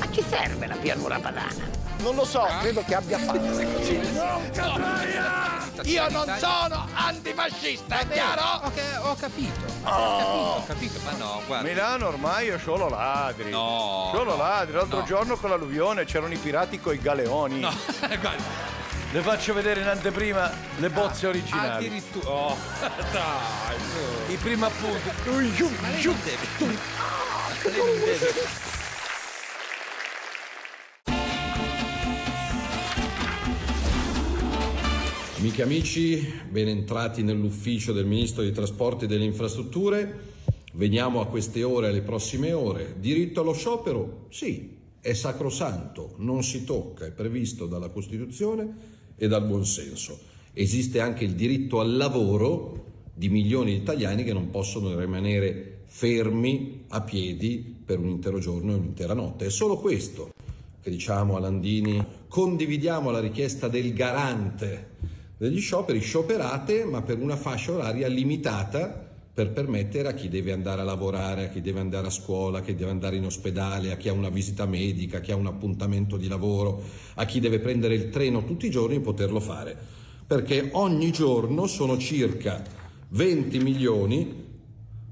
A chi serve la pianura padana? Non lo so, credo che abbia fatto. Non capraia! Io non sono antifascista, è chiaro? Ok, ho capito. Oh. Ho capito, ma no, guarda. Milano ormai è solo ladri. No, Solo no, ladri. L'altro no. giorno con l'alluvione c'erano i pirati coi galeoni. No, guarda. Ah, Le faccio vedere in anteprima le bozze originali. Addirittura. Oh, dai. I primi appunti. Ma lei non deve- lei non deve- Amiche e amici, ben entrati nell'ufficio del Ministro dei Trasporti e delle Infrastrutture. Veniamo a queste ore, alle prossime ore. Diritto allo sciopero? Sì, è sacrosanto, non si tocca, è previsto dalla Costituzione e dal buonsenso. Esiste anche il diritto al lavoro di milioni di italiani che non possono rimanere fermi a piedi per un intero giorno e un'intera notte. È solo questo che diciamo a Landini, condividiamo la richiesta del garante degli scioperi, scioperate ma per una fascia oraria limitata per permettere a chi deve andare a lavorare, a chi deve andare a scuola, a chi deve andare in ospedale, a chi ha una visita medica, a chi ha un appuntamento di lavoro, a chi deve prendere il treno tutti i giorni poterlo fare. Perché ogni giorno sono circa 20 milioni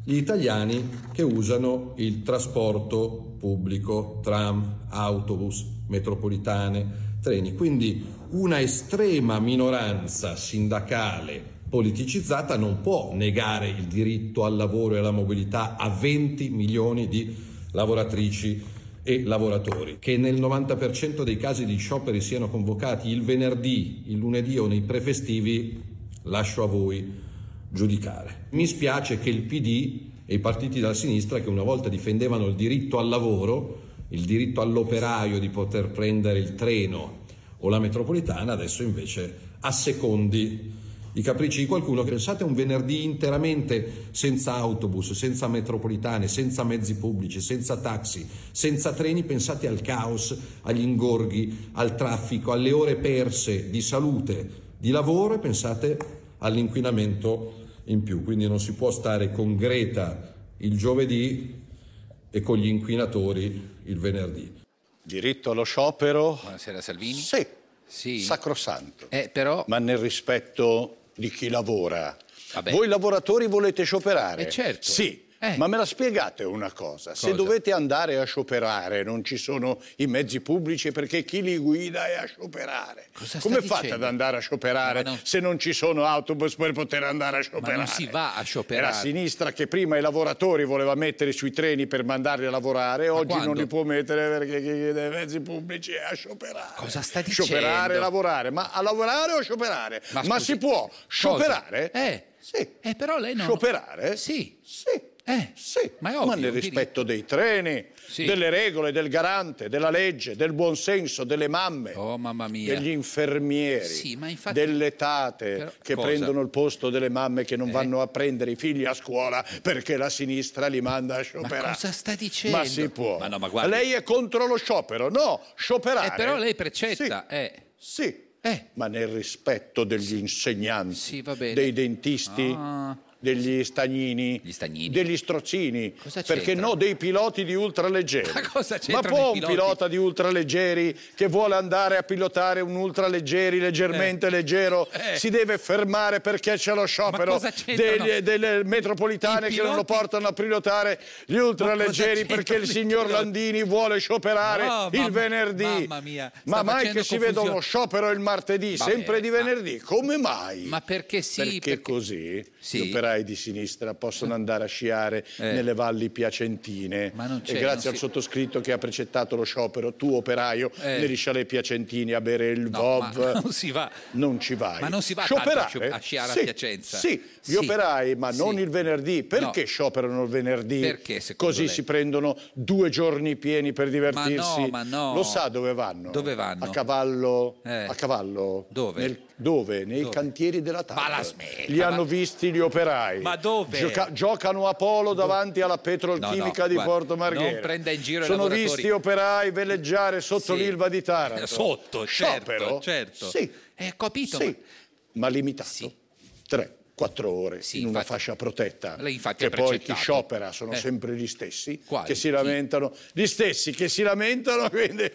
gli italiani che usano il trasporto pubblico, tram, autobus, metropolitane, treni. Quindi una estrema minoranza sindacale politicizzata non può negare il diritto al lavoro e alla mobilità a 20 milioni di lavoratrici e lavoratori. Che nel 90% dei casi di scioperi siano convocati il venerdì, il lunedì o nei prefestivi, lascio a voi giudicare. Mi spiace che il PD e i partiti della sinistra che una volta difendevano il diritto al lavoro, il diritto all'operaio di poter prendere il treno o la metropolitana, adesso invece assecondi i capricci di qualcuno che pensate un venerdì interamente senza autobus, senza metropolitane, senza mezzi pubblici, senza taxi, senza treni, pensate al caos, agli ingorghi, al traffico, alle ore perse di salute, di lavoro e pensate all'inquinamento in più. Quindi non si può stare con Greta il giovedì e con gli inquinatori il venerdì. Diritto allo sciopero? Buonasera Salvini. Sì. Sì. Sacrosanto. Eh, però... ma nel rispetto di chi lavora. Vabbè. Voi lavoratori volete scioperare? Eh, certo. Sì. Eh. Ma me la spiegate una cosa, se Cosa? dovete andare a scioperare non ci sono i mezzi pubblici perché chi li guida è a scioperare. Cosa sta Come fate dicendo? ad andare a scioperare Ma non- se non ci sono autobus per poter andare a scioperare? si va a scioperare. È la sinistra che prima i lavoratori voleva mettere sui treni per mandarli a lavorare, oggi non quando? li può mettere perché chi dei mezzi pubblici è a scioperare. Cosa sta Scioperare, dicendo? lavorare, ma a lavorare o scioperare? Ma Ma, scusi, si può scioperare? Eh. Sì. Eh, però lei non- Scioperare? Sì. Sì. Eh. Sì. Ma è Ma, ovvio, nel un diritto. rispetto dei treni, Sì. delle regole, del garante, della legge, del buonsenso, delle mamme, Oh, mamma mia. degli infermieri, Sì, ma infatti- delle tate Però- che cosa? Eh. prendono il posto delle mamme che non vanno a prendere i figli a scuola perché la sinistra li manda a scioperare. cosa sta dicendo? Ma si può. Ma no, ma guardi- Eh, Lei è contro lo sciopero? No, scioperare. Eh, però lei precetta. Sì. Eh. Sì. Eh. Ma nel rispetto degli insegnanti, Sì, va bene. dei dentisti, Ah. degli stagnini, Gli stagnini. degli strozzini, Cosa c'entra? perché no dei piloti di ultraleggeri. Ma cosa Ma c'entrano può i un piloti? pilota di ultraleggeri che vuole andare a pilotare un ultraleggeri leggermente leggero Eh. si deve fermare perché c'è lo sciopero cosa c'entrano? degli- delle metropolitane I che non lo piloti? portano a pilotare gli ultraleggeri c'entrano perché il i signor piloti? Landini vuole scioperare No, il mamma- venerdì. mamma mia, sta Ma mai facendo che si veda confusione. uno sciopero il martedì, Va sempre bene, di ma- venerdì. Come mai? Ma perché sì? Perché, perché- così Sì. gli operai di sinistra possono andare a sciare Eh. nelle valli piacentine. Ma non c'è, e grazie non al si- sottoscritto che ha precettato lo sciopero, tu operaio, Eh. negli chalet piacentini a bere il No, VOV. ma non si va. Non ci vai. eh? Ma non si va tanto a sci- a sciare a Sì, Piacenza. Sì, gli Sì. operai, ma non Sì. il venerdì. Perché No. scioperano il venerdì? Perché, secondo Così lei? si prendono due giorni pieni per divertirsi. ma no. Lo sa dove vanno? Dove vanno? A cavallo. Eh. A cavallo? Dove? Nel- dove? Nei Dove? cantieri della TAP. Ma la smetta, Li ma- hanno visti gli operai. Ma dove? Gioca- giocano a polo davanti alla petrolchimica No, no, di guarda, Porto Marghera. non prenda in giro i Sono lavoratori. visti operai veleggiare sotto Sì. Eh, l'Ilva di Taranto. Sotto, Sciopero? certo, certo. Sì. Eh, capito, Sì, ma limitato. Sì. Tre. Quattro ore Sì, in una infatti. fascia protetta Lei, infatti, che ha poi chi precettato. sciopera sono Eh. sempre gli stessi Quali? che si Chi? lamentano gli stessi che si lamentano quindi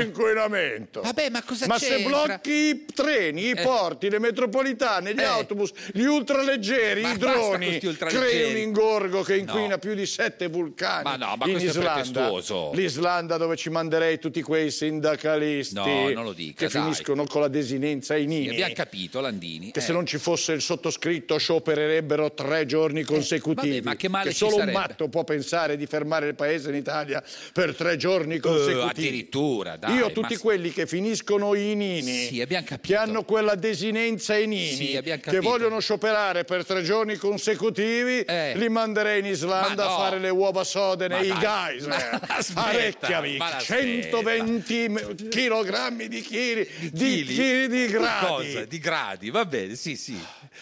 dell'inquinamento Vabbè, ma cosa ma se c'entra? blocchi i treni, i Eh. porti, le metropolitane, gli Eh. autobus, gli ultraleggeri, Ma i basta droni, questi ultraleggeri. crei un ingorgo che inquina No. più di sette vulcani Ma no, ma Ah, in questo è Islanda. pretestuoso. L'Islanda dove ci manderei tutti quei sindacalisti No, non lo dica, che dai. finiscono con la desinenza ai nini. Abbiamo capito, Landini. Che eh. se non ci fosse il sottoscritto sciopererebbero tre giorni consecutivi. Eh, vabbè, ma che male ci solo un sarebbe? matto può pensare di fermare il paese in Italia per tre giorni Eh, consecutivi. addirittura, dai. Io ma tutti s- quelli che finiscono i nini, Sì, abbiamo capito. che hanno quella desinenza ai nini, Sì, abbiamo che capito. vogliono scioperare per tre giorni consecutivi, Eh. li manderei in Islanda Ma no. a fare le uova sode Ma nei eh. dai, geyser, ma la smetta, a Reykjavik, ma la smetta. 120 me- chilogrammi di chili, di chili? chili di gradi. Cosa? Di gradi, va bene, sì, sì.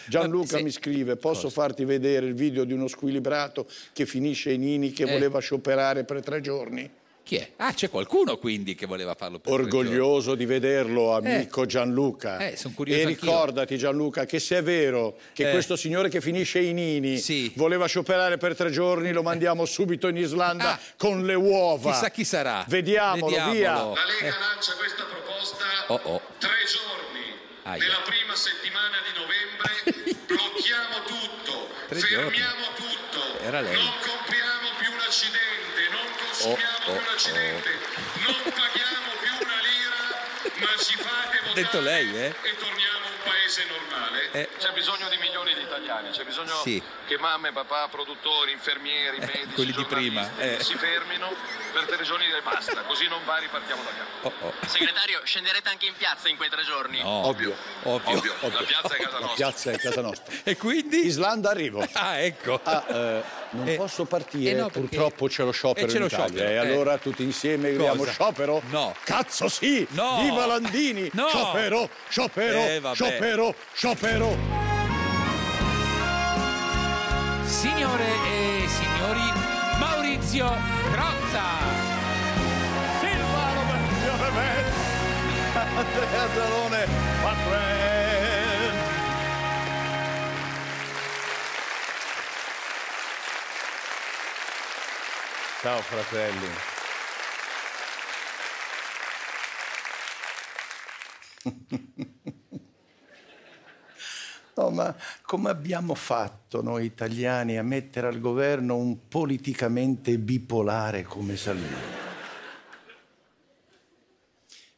Gianluca Sì. mi scrive: Posso farti vedere il video di uno squilibrato che finisce i nini che Eh. voleva scioperare per tre giorni? Chi è? Ah, c'è qualcuno quindi che voleva farlo per tre giorni. Orgoglioso di vederlo, amico Gianluca. Eh, son curioso e anch'io. ricordati, Gianluca, che se è vero che Eh. questo signore che finisce i nini Sì. voleva scioperare per tre giorni, lo mandiamo subito in Islanda Ah. con le uova. Chissà chi sarà. Vediamolo, via. Vediamolo. Eh. La Lega lancia questa proposta Oh, oh. tre giorni. Aia. Nella prima settimana di novembre blocchiamo tutto, Tre fermiamo tutto, Era lei. non compriamo più un accidente, non consumiamo più Oh, oh, un accidente, non paghiamo più una lira, ma ci fate votare Detto lei, eh? e torniamo un paese normale. Eh. C'è bisogno di milioni di italiani, c'è bisogno Sì. che mamme, papà, produttori, infermieri, medici, quelli di prima, giornalisti eh. si fermino per tre giorni e basta, così non va, ripartiamo da capo. Oh, oh. Segretario, scenderete anche in piazza in quei tre giorni? No, Ovvio. ovvio. Ovvio, la piazza è casa La nostra. piazza è casa nostra. E quindi? Islanda arrivo. Ah, ecco. Ah, eh, non Eh, posso partire, eh no, perché- purtroppo c'è lo sciopero Eh, c'è in lo Italia. sciopero, e eh. allora tutti insieme gridiamo Cosa? sciopero? No. Cazzo sì! No. Viva Landini! No. Sciopero, sciopero, Eh, vabbè. sciopero, sciopero! Signore e signori, Maurizio Crozza. Silvano Bergionevet, Andrea Zalone, Patren. Ciao fratelli. No, ma come abbiamo fatto noi italiani a mettere al governo un politicamente bipolare come Salvini?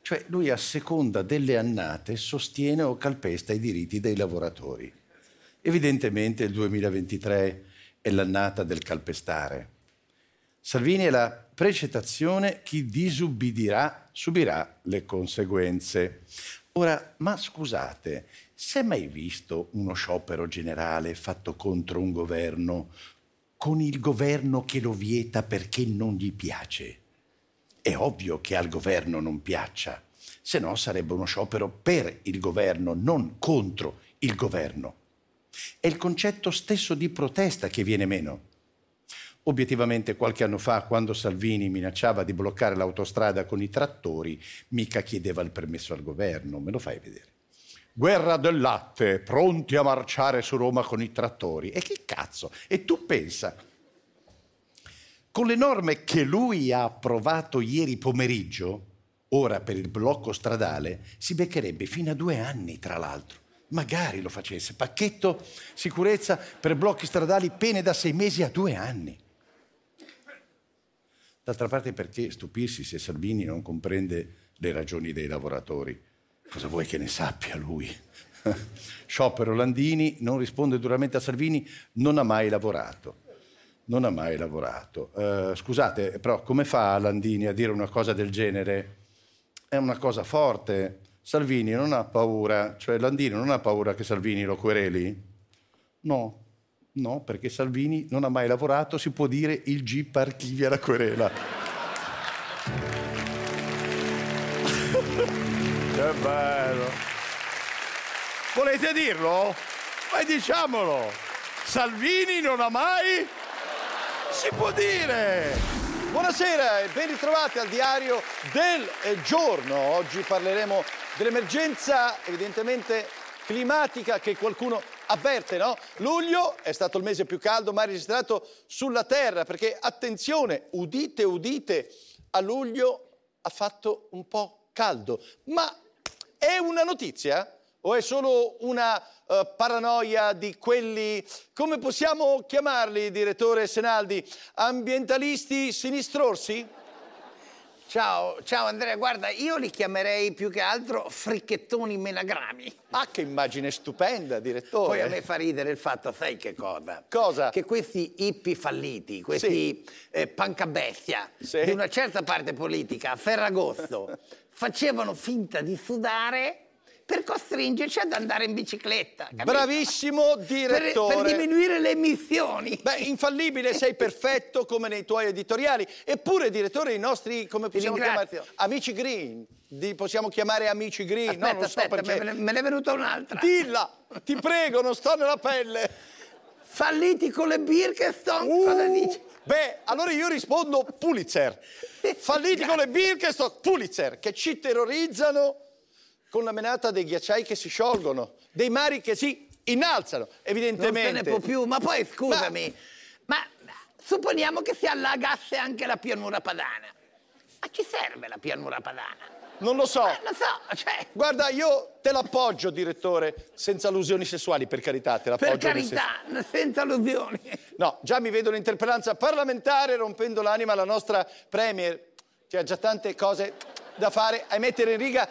Cioè lui a seconda delle annate sostiene o calpesta i diritti dei lavoratori. Evidentemente il 2023 è l'annata del calpestare. Salvini è la precettazione chi disubbidirà subirà le conseguenze. Ora, ma scusate, si è mai visto uno sciopero generale fatto contro un governo con il governo che lo vieta perché non gli piace? È ovvio che al governo non piaccia, se no sarebbe uno sciopero per il governo, non contro il governo. È il concetto stesso di protesta che viene meno. Obiettivamente qualche anno fa, quando Salvini minacciava di bloccare l'autostrada con i trattori, mica chiedeva il permesso al governo, me lo fai vedere. guerra del latte, pronti a marciare su Roma con i trattori. E che cazzo? E tu pensa, con le norme che lui ha approvato ieri pomeriggio, ora per il blocco stradale, si beccherebbe fino a due anni, tra l'altro. Magari lo facesse. Pacchetto sicurezza per blocchi stradali, pene da sei mesi a due anni. D'altra parte perché stupirsi se Salvini non comprende le ragioni dei lavoratori? Cosa vuoi che ne sappia lui? Sciopero Landini non risponde duramente a Salvini, non ha mai lavorato. Non ha mai lavorato. Eh, scusate, però come fa Landini a dire una cosa del genere? È una cosa forte. Salvini non ha paura, cioè Landini non ha paura che Salvini lo quereli? No, no, perché Salvini non ha mai lavorato, si può dire il GIP archivia la querela. che bello. Volete dirlo? Ma diciamolo! Salvini non ha mai... Si può dire! Buonasera e ben ritrovati al diario del eh, giorno. Oggi parleremo dell'emergenza evidentemente climatica che qualcuno avverte, no? Luglio è stato il mese più caldo mai registrato sulla Terra perché attenzione, udite, udite, a luglio ha fatto un po' caldo, ma è una notizia o è solo una eh, paranoia di quelli, come possiamo chiamarli, direttore Senaldi, ambientalisti sinistrorsi? Ciao, ciao Andrea, guarda, io li chiamerei più che altro fricchettoni menagrami. Ah, che immagine stupenda, direttore. Poi a me fa ridere il fatto, sai che cosa? Cosa? Che questi hippie falliti, questi eh, pancabestia Sì. di una certa parte politica a Ferragosto facevano finta di sudare per costringerci ad andare in bicicletta. capito? Bravissimo Per, direttore. per diminuire le emissioni. Beh, infallibile, sei perfetto come nei tuoi editoriali. Eppure, direttore, i nostri, come possiamo chiamare? ringrazio. Amici green. Li possiamo chiamare amici green? Aspetta, no, non so aspetta, perché. me ne- me ne è venuta un'altra. Dilla, ti prego, non sto nella pelle. Falliti con le Birkenstock, cosa Uh, dici? Beh, allora io rispondo Pulitzer. Falliti con le Birkenstock, Pulitzer, che ci terrorizzano con la menata dei ghiacciai che si sciolgono, dei mari che si innalzano, Non se evidentemente. ne può più, ma poi scusami, ma, supponiamo che si allagasse anche la pianura padana. A chi serve la pianura padana? Non lo so. Eh, Lo so, cioè, Guarda, io te l'appoggio, direttore, senza allusioni sessuali, per carità, te l'appoggio. per nel senso- carità, senza allusioni. No, già mi vedo l'interpellanza parlamentare rompendo l'anima alla nostra Premier, che ha già tante cose da fare a mettere in riga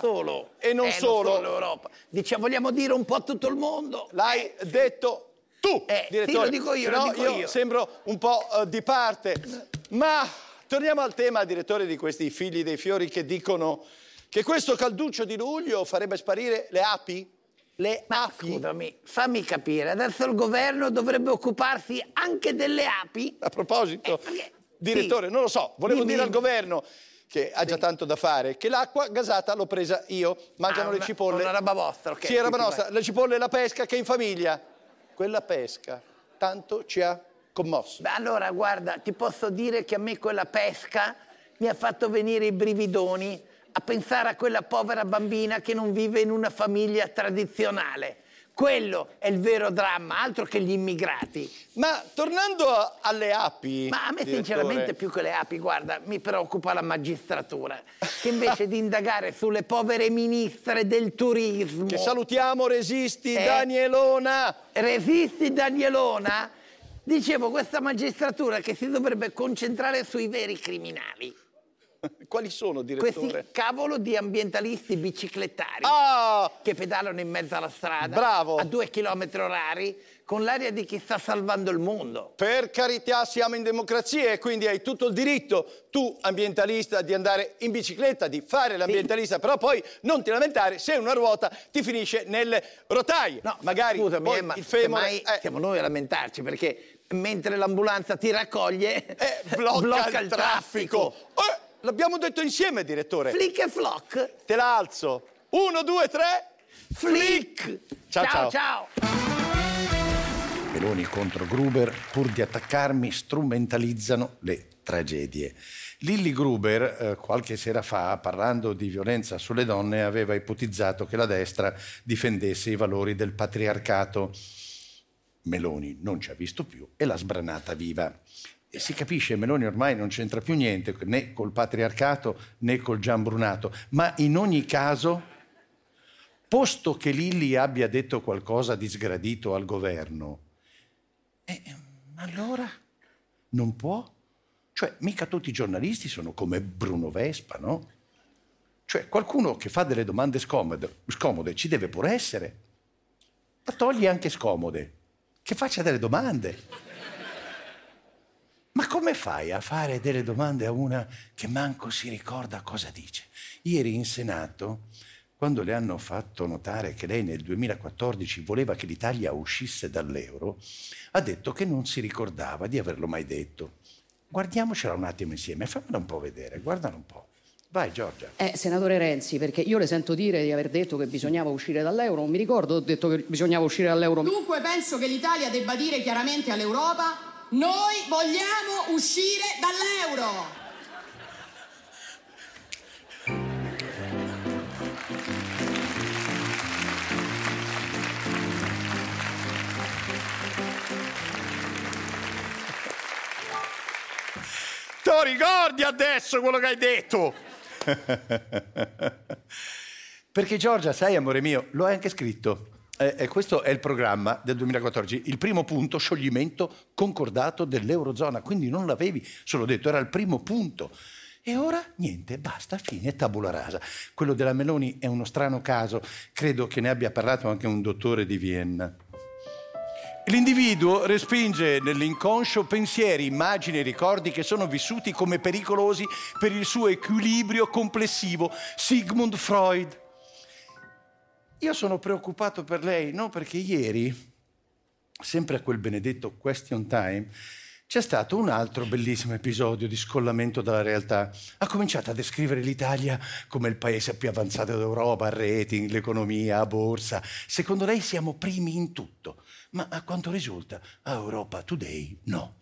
E non solo. E non Eh, solo. Europa. Diciamo, vogliamo dire un po' a tutto il mondo. L'hai detto tu, Eh, sì, direttore. lo dico io, Però lo dico io, io. sembro un po' eh, di parte. Ma torniamo al tema, direttore, di questi figli dei fiori che dicono che questo calduccio di luglio farebbe sparire le api. Le Ma api. scusami, fammi capire, adesso il governo dovrebbe occuparsi anche delle api? A proposito, Eh, perché- direttore, sì. non lo so, volevo Dimmi, dire al dimmi. governo che ha già tanto da fare, che l'acqua gasata l'ho presa io, mangiano Ah, le una- cipolle. una roba vostra, ok, Sì, è roba tutti nostra, vai. le cipolle e la pesca che è in famiglia. Quella pesca tanto ci ha commosso. Beh, Allora, guarda, ti posso dire che a me quella pesca mi ha fatto venire i brividoni a pensare a quella povera bambina che non vive in una famiglia tradizionale. Quello è il vero dramma, altro che gli immigrati. Ma tornando a- alle api... Ma a me direttore, sinceramente più che le api, guarda, mi preoccupa la magistratura, che invece di indagare sulle povere ministre del turismo... Che salutiamo, resisti, Eh. Danielona! Resisti Danielona? Dicevo, questa magistratura che si dovrebbe concentrare sui veri criminali. Quali sono, direttore? Questi cavolo di ambientalisti biciclettari Ah! che pedalano in mezzo alla strada Bravo. a due chilometri orari con l'aria di chi sta salvando il mondo. Per carità, siamo in democrazia e quindi hai tutto il diritto, tu ambientalista, di andare in bicicletta, di fare l'ambientalista, però poi non ti lamentare se una ruota ti finisce nelle rotaie. No, magari scusami, poi eh, ma il femore semmai eh, siamo noi a lamentarci perché mentre l'ambulanza ti raccoglie eh, blocca, il, traffico. Eh, l'abbiamo detto insieme, direttore. Flick e flock. Te la alzo. Uno, due, tre. Flick. Ciao, ciao. ciao. ciao. Meloni contro Gruber, pur di attaccarmi, strumentalizzano le tragedie. Lilly Gruber, eh, qualche sera fa, parlando di violenza sulle donne, aveva ipotizzato che la destra difendesse i valori del patriarcato. Meloni non ci ha visto più e l'ha sbranata viva. E si capisce, Meloni ormai non c'entra più niente né col patriarcato né col Gianbrunato, ma in ogni caso, posto che Lilli abbia detto qualcosa di sgradito al governo, eh, allora non può? Cioè, mica tutti i giornalisti sono come Bruno Vespa, no? Cioè, qualcuno che fa delle domande scomode, scomode ci deve pure essere, ma togli anche scomode, che faccia delle domande. Ma come fai a fare delle domande a una che manco si ricorda cosa dice? Ieri in Senato, quando le hanno fatto notare che lei nel 2014 voleva che l'Italia uscisse dall'euro, ha detto che non si ricordava di averlo mai detto. Guardiamocela un attimo insieme, fammela un po' vedere, guardala un po'. Vai Giorgia. Eh, senatore Renzi, perché io le sento dire di aver detto che bisognava uscire dall'euro, non mi ricordo, ho detto che bisognava uscire dall'euro. Dunque penso che l'Italia debba dire chiaramente all'Europa noi vogliamo uscire dall'euro. Te lo ricordi adesso quello che hai detto? Perché Giorgia, sai amore mio, lo hai anche scritto. Eh, eh, questo è il programma del 2014, il primo punto scioglimento concordato dell'Eurozona, quindi non l'avevi solo detto, era il primo punto. E ora niente, basta, fine, tabula rasa. Quello della Meloni è uno strano caso, credo che ne abbia parlato anche un dottore di Vienna. L'individuo respinge nell'inconscio pensieri, immagini e ricordi che sono vissuti come pericolosi per il suo equilibrio complessivo. Sigmund Freud. Io sono preoccupato per lei, no? Perché ieri, sempre a quel benedetto question time, c'è stato un altro bellissimo episodio di scollamento dalla realtà. Ha cominciato a descrivere l'Italia come il paese più avanzato d'Europa, a rating, l'economia, a borsa. Secondo lei siamo primi in tutto, ma a quanto risulta a Europa Today no.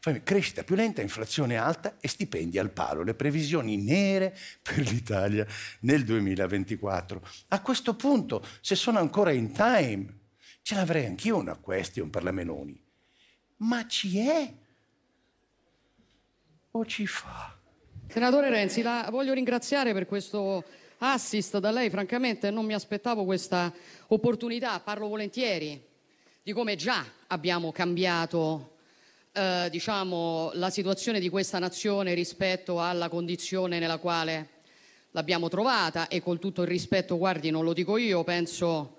Fammi- Crescita più lenta, inflazione alta e stipendi al palo, le previsioni nere per l'Italia nel 2024. A questo punto, se sono ancora in time, ce l'avrei anch'io una question per la Meloni. Ma ci è o ci fa? Senatore Renzi, la voglio ringraziare per questo assist da lei, francamente non mi aspettavo questa opportunità, parlo volentieri di come già abbiamo cambiato eh, diciamo, la situazione di questa nazione rispetto alla condizione nella quale l'abbiamo trovata e con tutto il rispetto, guardi, non lo dico io, penso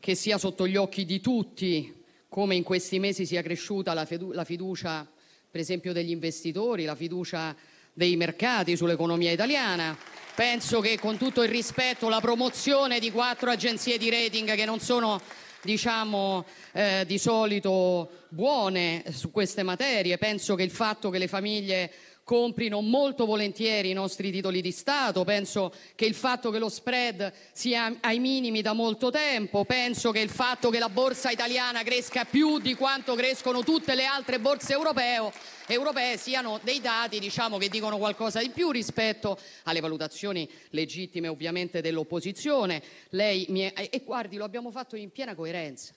che sia sotto gli occhi di tutti come in questi mesi sia cresciuta la, fidu- la fiducia, per esempio, degli investitori, la fiducia dei mercati sull'economia italiana. Penso che con tutto il rispetto la promozione di quattro agenzie di rating che non sono diciamo eh, di solito buone su queste materie. Penso che il fatto che le famiglie comprino molto volentieri i nostri titoli di Stato, penso che il fatto che lo spread sia ai minimi da molto tempo, penso che il fatto che la borsa italiana cresca più di quanto crescono tutte le altre borse europeo- europee siano dei dati diciamo, che dicono qualcosa di più rispetto alle valutazioni legittime ovviamente dell'opposizione. Lei mi è- e guardi, lo abbiamo fatto in piena coerenza.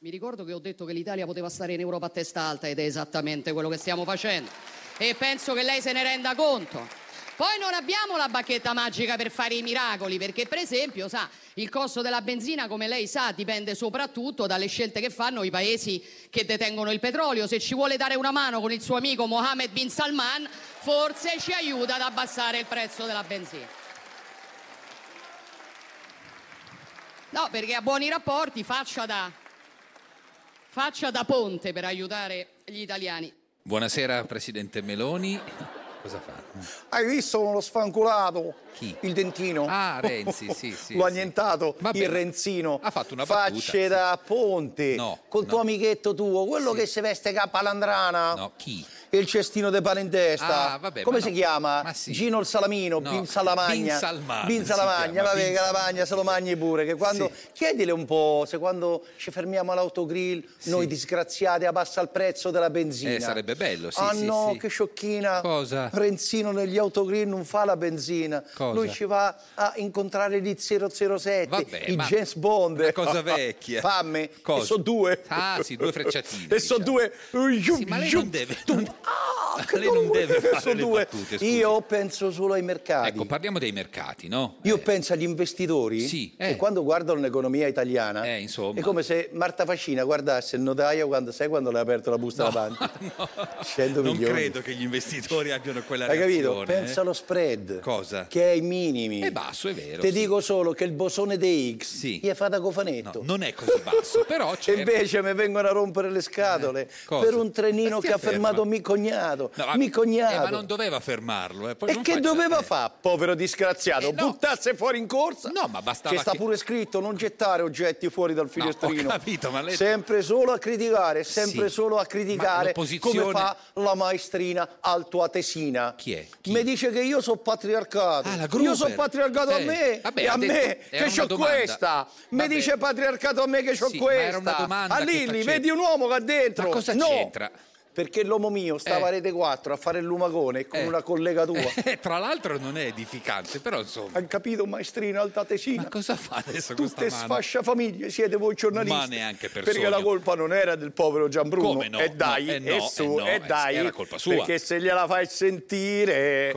Mi ricordo che ho detto che l'Italia poteva stare in Europa a testa alta ed è esattamente quello che stiamo facendo. E penso che lei se ne renda conto. Poi non abbiamo la bacchetta magica per fare i miracoli, perché per esempio, sa, il costo della benzina, come lei sa, dipende soprattutto dalle scelte che fanno i paesi che detengono il petrolio. Se ci vuole dare una mano con il suo amico Mohammed bin Salman, forse ci aiuta ad abbassare il prezzo della benzina. No, perché a buoni rapporti faccia da faccia da ponte per aiutare gli italiani. Buonasera Presidente Meloni. Cosa fa? Hai visto uno sfanculato? Chi? Il dentino. Ah, Renzi, sì, sì, L'ho sì. annientato, Vabbè, il Renzino. Ha fatto una battuta. Facce da ponte. No, Col tuo no. amichetto tuo, quello che si veste capalandrana. No, chi? e il cestino de pane in testa. Ah, vabbè, Come ma si no. chiama? Ma sì. Gino il salamino, No, Bin Salamagna. Bin Salman Bin si Salamagna, chiama, vabbè, Bin che la magna, se lo magni pure. Che quando... Chiedile un po' se quando ci fermiamo all'autogrill, noi disgraziati, abbassa il prezzo della benzina. Eh, sarebbe bello, sì, Ah sì, no, sì. che sciocchina. Cosa? Renzino negli autogrill non fa la benzina. Cosa? Lui ci va a incontrare gli 007, Vabbè, i ma James Bond. una cosa vecchia. Fammi, Cosa? e so due. Ah, sì, due frecciatine, e so due. Ah, Sì, ma lei non deve, lei non deve fare le battute. scusi. Io penso solo ai mercati. Ecco, parliamo dei mercati, no? Eh. Io penso agli investitori Sì, eh. che quando guardano l'economia italiana è come se Marta Facina guardasse il notaio quando sai quando le ha aperto la busta davanti. 100 Non milioni. credo che gli investitori abbiano quella Hai reazione. eh. capito? Pensa allo spread Cosa? che è ai minimi. È basso, è vero. Ti sì. dico solo che il bosone dei X gli è fatta cofanetto. Non è così basso, però c'è... E invece mi vengono a rompere le scatole cosa? per un trenino Ma che ha stia fermato ferma. mio cognato. No, ma- mi cognato. Eh, ma non doveva fermarlo. eh, poi E non Eh, che faccia- doveva fare, povero disgraziato? Buttasse fuori in corsa? No, ma bastava Che sta che- pure scritto non gettare oggetti fuori dal finestrino. ho capito, ma lei- Sempre solo a criticare, sempre Sì. solo a Ma criticare l'opposizione- come fa la maestrina altoatesina. Chi è? Mi dice che io sono patriarcato. Gruber. io sono patriarcato a Eh, me vabbè, e a ha detto- me era che una c'ho domanda. questa. Mi Vabbè. dice patriarcato a me che c'ho Sì, ma questa. era una domanda a che Lilli, faceva. vedi un uomo qua dentro. Ma cosa no. c'entra? Perché l'uomo mio stava Eh. a Rete 4 a fare il lumagone con Eh. una collega tua. Eh, tra l'altro non è edificante, però insomma... Hai capito, maestrino altatesina? Ma cosa fa adesso Tutte questa mano? sfascia famiglie, siete voi giornalisti. Ma neanche per Perché la sogno. colpa non era del povero Gianbruno. Come no? E dai, No, eh no, e su, eh no, e dai. era colpa sua. Perché se gliela fai sentire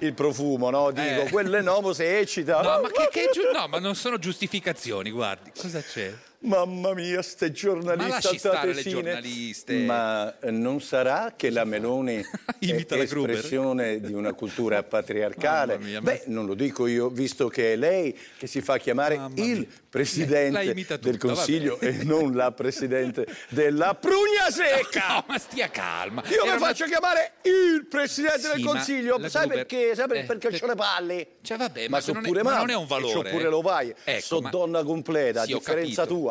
il profumo, no? Dico, Eh. quello è nuovo se eccita. No, ma che, che giu- no, ma non sono giustificazioni, guardi. Cosa c'è? Mamma mia, ste giornaliste Ma lasci stare le altatesine. giornaliste. Ma eh, non sarà che la Meloni Imita è la Gruber. espressione di una cultura patriarcale? Mamma mia, ma- Beh, non lo dico io, visto che è lei che si fa chiamare il La presidente imita tutta, del Consiglio vabbè. e non la presidente della Prugna Secca. No, ma stia calma. Io Era mi una- faccio chiamare il presidente Sì, del ma Consiglio, la sai Gruber- perché? Sai per- eh, perché ho le palle. Cioè, vabbè, ma ma, so non, è, pure ma mamma, non è un valore. e c'ho pure l'ovaie. Ecco, so ma- donna completa, Sì, a ho differenza capito. tua.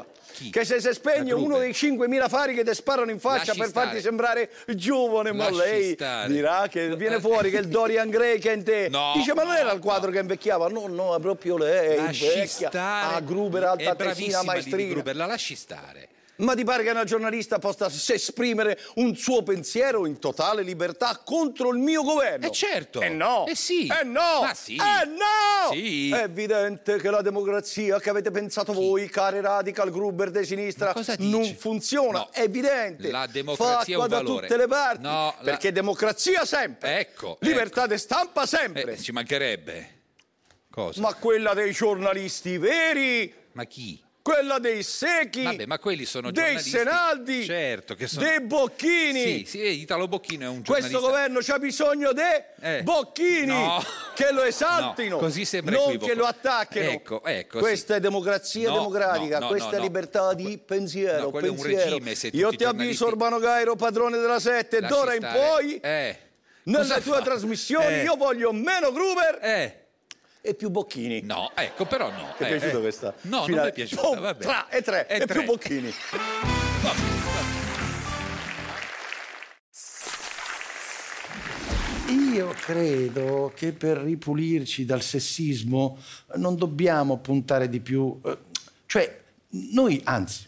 Che se si spegne La Gruber. uno dei 5.000 fari che ti sparano in faccia Lasci per farti stare. sembrare giovane, ma Lasci lei stare. dirà che viene fuori che il Dorian Gray che è in te. No, Dice, ma non era il quadro che invecchiava? No, no, è proprio lei, Lasci vecchia. stare. A Gruber, è alta tesina, bravissima Lili maestrina. Gruber, la lasci stare. Ma ti pare che una giornalista possa s- esprimere un suo pensiero in totale libertà contro il mio governo? Eh certo. Eh no! Eh sì. Eh no! Ma sì. Eh no! Sì. È evidente che la democrazia che avete pensato voi, cari radical Gruber di sinistra, non funziona. È evidente. La democrazia è Fa acqua un da valore. tutte le parti. No, la- Perché democrazia sempre. Ecco. Libertà di stampa sempre. Eh, ci mancherebbe. Cosa? ma quella dei giornalisti veri, Ma chi? quella dei secchi. Vabbè, ma quelli sono dei giornalisti. Senaldi, certo, che sono... dei Bocchini. Sì, sì, Italo Bocchino è un giornalista. Questo governo c'ha bisogno di Eh. Bocchini No. che lo esaltino, No, così sembra non equivoco. che lo attaccano. Ecco, ecco, questa sì. è democrazia No, democratica, no, no, questa no, è no. libertà di pensiero. No, quello è un pensiero. regime, se Io tutti i ti avviso, giornalisti- Urbano Gairo, padrone della sette, Lasci d'ora in stare. poi, Eh. nella Cosa tua fa? trasmissione, Eh. io voglio meno Gruber Eh. e più Bocchini. No, ecco, però no. Ti è eh, piaciuta eh. questa? No, non Finale. mi è piaciuta, Boom, vabbè. Tra e tre, E e più tre. Bocchini. Io credo che per ripulirci dal sessismo non dobbiamo puntare di più. eh, Cioè, noi, anzi,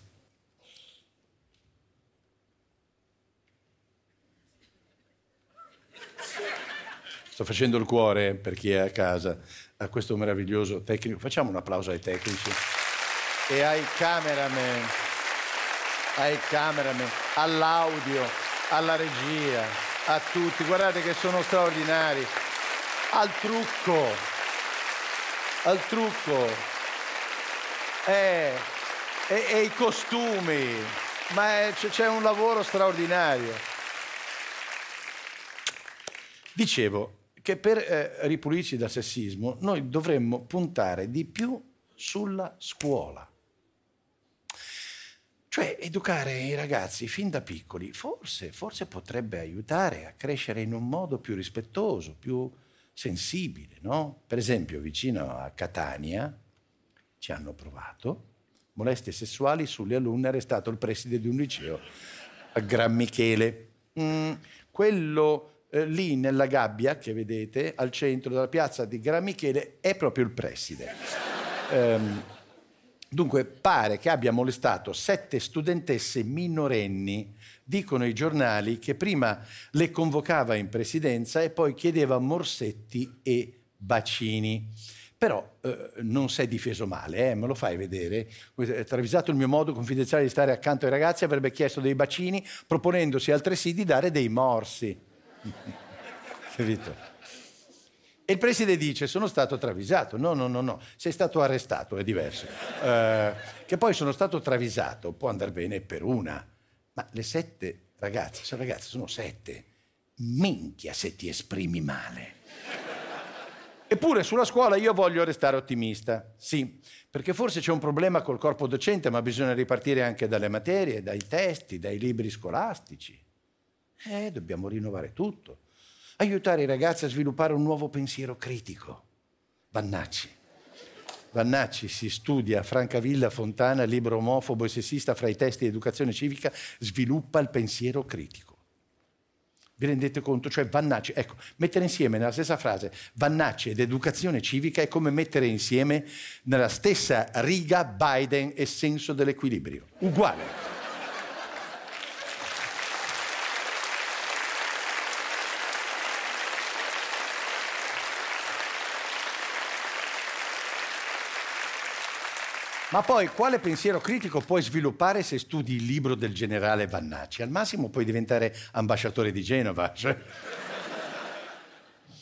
sto facendo il cuore per chi è a casa a questo meraviglioso tecnico. Facciamo un applauso ai tecnici. e ai cameraman, ai cameraman, all'audio, alla regia, a tutti. Guardate che sono straordinari. Al trucco, al trucco, Eh, e, e i costumi. Ma è- c'è- c'è un lavoro straordinario. Dicevo che per eh, ripulirci dal sessismo noi dovremmo puntare di più sulla scuola. Cioè educare i ragazzi fin da piccoli forse, forse potrebbe aiutare a crescere in un modo più rispettoso, più sensibile, no? Per esempio vicino a Catania ci hanno provato molestie sessuali sulle alunne arrestato il preside di un liceo a Gran Michele. Mm, Quello eh, lì nella gabbia che vedete al centro della piazza di Gran Michele è proprio il preside. Ehm, dunque, pare che abbia molestato sette studentesse minorenni. Dicono i giornali che prima le convocava in presidenza e poi chiedeva morsetti e bacini. Però eh, non si è difeso male, eh, me lo fai vedere. Eh, Travisato il mio modo confidenziale di stare accanto ai ragazzi, avrebbe chiesto dei bacini, proponendosi altresì di dare dei morsi. Capito? E il preside dice: Sono stato travisato. No, no, no, no, sei stato arrestato, è diverso. Eh, che poi sono stato travisato, può andare bene per una. Ma le sette ragazze, sono ragazze, sono sette. Minchia se ti esprimi male. Eppure sulla scuola io voglio restare ottimista, sì, perché forse c'è un problema col corpo docente, ma bisogna ripartire anche dalle materie, dai testi, dai libri scolastici. Eh, dobbiamo rinnovare tutto, aiutare i ragazzi a sviluppare un nuovo pensiero critico. Vannacci. Vannacci si studia a Francavilla Fontana, libro omofobo e sessista fra i testi di educazione civica, sviluppa il pensiero critico. Vi rendete conto? Cioè Vannacci, ecco, mettere insieme nella stessa frase Vannacci ed educazione civica è come mettere insieme nella stessa riga Biden e senso dell'equilibrio. Uguale. Ma poi quale pensiero critico puoi sviluppare se studi il libro del generale Vannacci? Al massimo puoi diventare ambasciatore di Genova. cioè.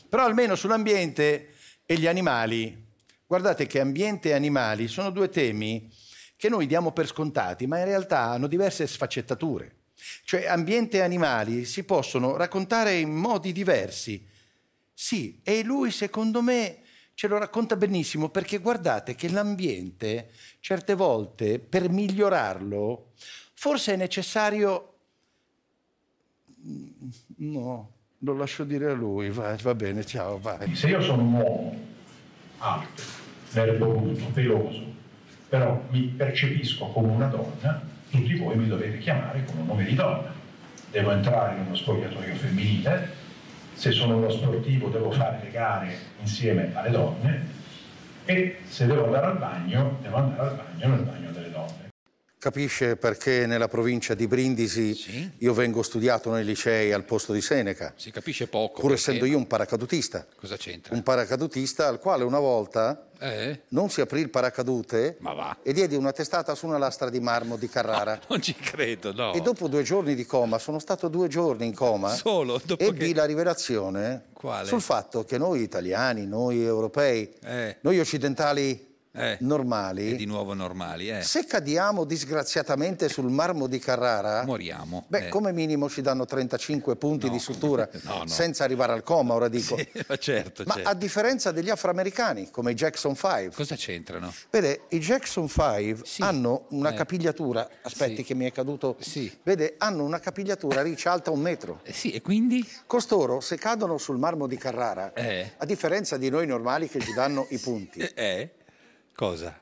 Però almeno sull'ambiente e gli animali. Guardate che ambiente e animali sono due temi che noi diamo per scontati, ma in realtà hanno diverse sfaccettature. Cioè ambiente e animali si possono raccontare in modi diversi. Sì, e lui secondo me ce lo racconta benissimo perché guardate che l'ambiente certe volte per migliorarlo forse è necessario... mm, No, lo lascio dire a lui, vai, va bene, ciao, vai. Se io sono un uomo alto, nerboruto, peloso, però mi percepisco come una donna, tutti voi mi dovete chiamare con un nome di donna. Devo entrare in uno spogliatoio femminile, se sono uno sportivo devo fare le gare insieme alle donne e se devo andare al bagno devo andare al bagno nel bagno delle donne. Capisce perché nella provincia di Brindisi io vengo studiato nei licei al posto di Seneca, Si capisce poco. pur perché- essendo io un paracadutista. Cosa c'entra? Un paracadutista al quale una volta Eh? non si aprì il paracadute e diedi una testata su una lastra di marmo di Carrara. Non ci credo, no. E dopo due giorni di coma, sono stato due giorni in coma, Solo, dopo ebbi la rivelazione Quale? sul fatto che noi italiani, noi europei, Eh. noi occidentali Eh. normali, E di nuovo normali, eh. se cadiamo disgraziatamente sul marmo di Carrara, Moriamo. beh, eh. come minimo ci danno 35 punti di sutura, no, no. senza arrivare al coma, ora dico. Ma certo, Ma certo. a differenza degli afroamericani, come i Jackson 5, Cosa c'entrano? Vede, i Jackson 5 hanno una eh. capigliatura, aspetti che mi è caduto, vede, hanno una capigliatura riccia alta un metro. Eh, Sì, e quindi? Costoro, se cadono sul marmo di Carrara, Eh? a differenza di noi normali che ci danno i punti, Eh? eh? Cosa?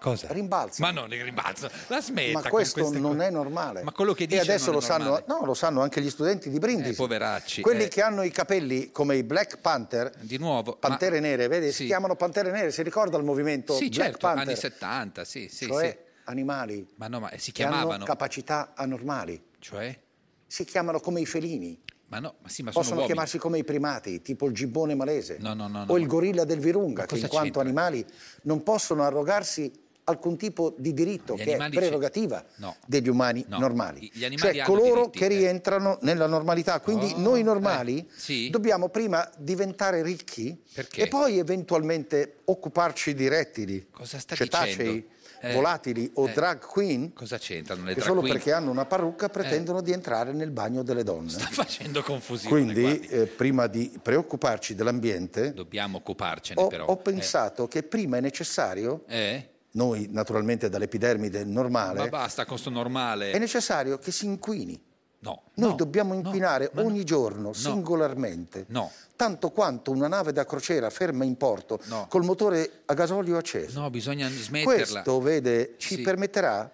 Cosa? rimbalzo. Ma non il rimbalzo. La smetta. Ma questo con queste non cose. è normale. Ma quello che dice e adesso non lo è normale. sanno, no, lo sanno anche gli studenti di Brindisi. Eh, poveracci. Quelli eh. che hanno i capelli come i Black Panther, Di nuovo. ma- pantere nere, vedi? sì. Si chiamano pantere nere, si ricorda il movimento Sì, Black certo, Panther? anni 70, sì, sì, cioè sì. animali Ma no, ma eh, si che hanno chiamavano. capacità anormali. Cioè? Si chiamano come i felini. Ma no, ma sì, ma sono Possono uomini. chiamarsi come i primati, tipo il gibbone malese. No, no, no, no. o il gorilla del Virunga, che cosa in quanto animali non possono arrogarsi alcun tipo di diritto, Gli che è animali c'è- prerogativa No. degli umani No, normali. i- gli animali cioè hanno coloro diritti, eh. che rientrano nella normalità. Quindi Oh, noi normali sì. dobbiamo prima diventare ricchi Perché? e poi eventualmente occuparci di rettili, Cosa sta cetacei, dicendo? Eh, volatili o eh, drag queen. Cosa c'entrano le Che drag solo queen? Eh. perché hanno una parrucca pretendono di entrare nel bagno delle donne. Sta facendo confusione. Quindi, eh, prima di preoccuparci dell'ambiente, Dobbiamo occuparcene ho, però. ho pensato che prima è necessario, Eh. Eh? noi naturalmente dall'epidermide Ma normale, basta con sto normale. è necessario che si inquini. No. Noi dobbiamo inquinare ogni giorno singolarmente, No. tanto quanto una nave da crociera ferma in porto No. col motore a gasolio acceso. No, bisogna smetterla. Questo, vede, ci Sì. permetterà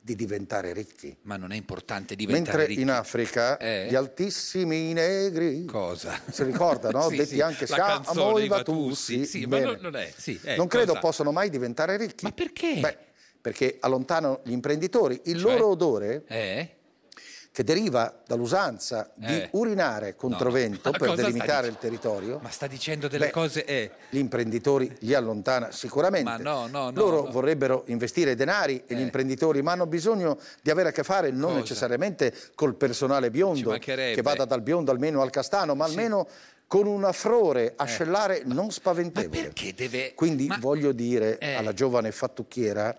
di diventare ricchi. Ma non è importante diventare Mentre ricchi. Eh? in Africa gli altissimi negri. Cosa? Si ricorda, no? Sì, Detti sì, anche la Sca, canzone, Amoi, i Vatussi. Vatussi, sì, ma Bene. non, non è, sì, eh, non credo cosa? possano mai diventare ricchi. Ma perché? Beh, perché allontanano gli imprenditori. Il Cioè? loro odore, Eh? che deriva dall'usanza di Eh. urinare contro No, no. vento Ma per cosa delimitare stai il territorio, Ma sta dicendo delle Beh, cose... eh, gli imprenditori li allontana sicuramente. Ma no, no, no, loro no. Eh. vorrebbero investire denari e gli imprenditori, ma hanno bisogno di avere a che fare non necessariamente col personale Ci biondo, mancherebbe. che vada dal biondo almeno al castano, ma almeno con un affrore ascellare non spaventevole. Eh. perché deve... Eh. Quindi voglio dire alla giovane fattucchiera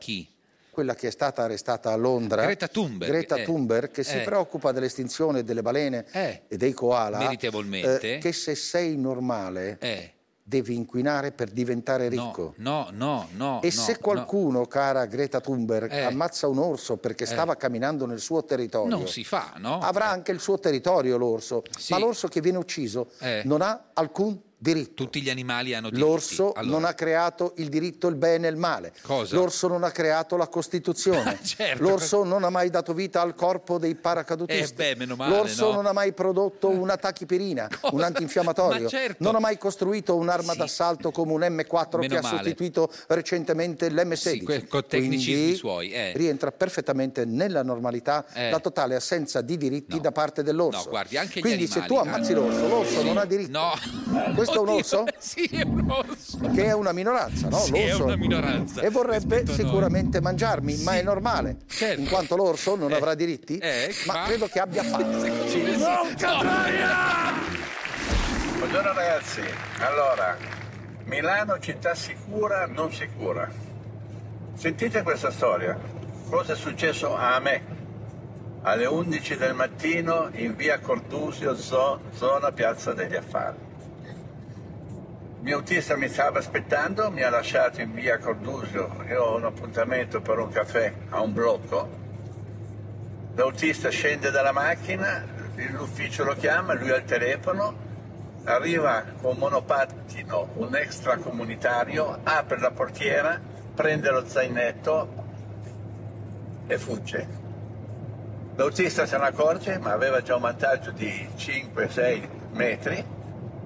quella che è stata arrestata a Londra, Greta Thunberg, Greta eh. Thunberg, che si Eh. preoccupa dell'estinzione delle balene Eh. e dei koala, Meritevolmente. eh, che se sei normale Eh. devi inquinare per diventare ricco. No, no, no. E no, se no. qualcuno, cara Greta Thunberg, Eh. ammazza un orso perché stava camminando nel suo territorio, Non si fa, no? Eh. avrà anche il suo territorio l'orso, Sì. ma l'orso che viene ucciso Eh. non ha alcun diritto. Tutti gli animali hanno diritti. L'orso Allora, non ha creato il diritto, il bene e il male. Cosa? L'orso non ha creato la Costituzione. Certo. L'orso non ha mai dato vita al corpo dei Eh paracadutisti. beh, meno male, L'orso no? non ha mai prodotto una tachipirina, un antinfiammatorio. Ma certo. Non ha mai costruito un'arma d'assalto come un M4 Meno che ha male. sostituito recentemente l'M16. Sì, que- con tecnicismi Quindi suoi, eh. rientra perfettamente nella normalità Eh. la totale assenza di diritti da parte dell'orso. No, guardi, anche gli Quindi se animali tu ammazzi hanno- l'orso, l'orso Sì. non ha diritto. No. Questo è un Oddio, orso? Sì, è un orso. che è una minoranza, no? Sì, è L'orso- una minoranza. E vorrebbe sicuramente mangiarmi, ma è normale, Certo. in quanto l'orso Eh. non avrà diritti, ma, credo che abbia fame. Porca Buongiorno ragazzi, allora, Milano città sicura, non sicura. Sentite questa storia, cosa è successo a me? Alle 11 del mattino in via Cordusio, zo- zona Piazza degli Affari. Il mio autista mi stava aspettando, mi ha lasciato in via Cordusio, io ho un appuntamento per un caffè a un blocco. L'autista scende dalla macchina, l'ufficio lo chiama, lui ha il telefono, arriva con monopattino un extracomunitario, apre la portiera, prende lo zainetto e fugge. L'autista se ne accorge, ma aveva già un vantaggio di 5-6 metri.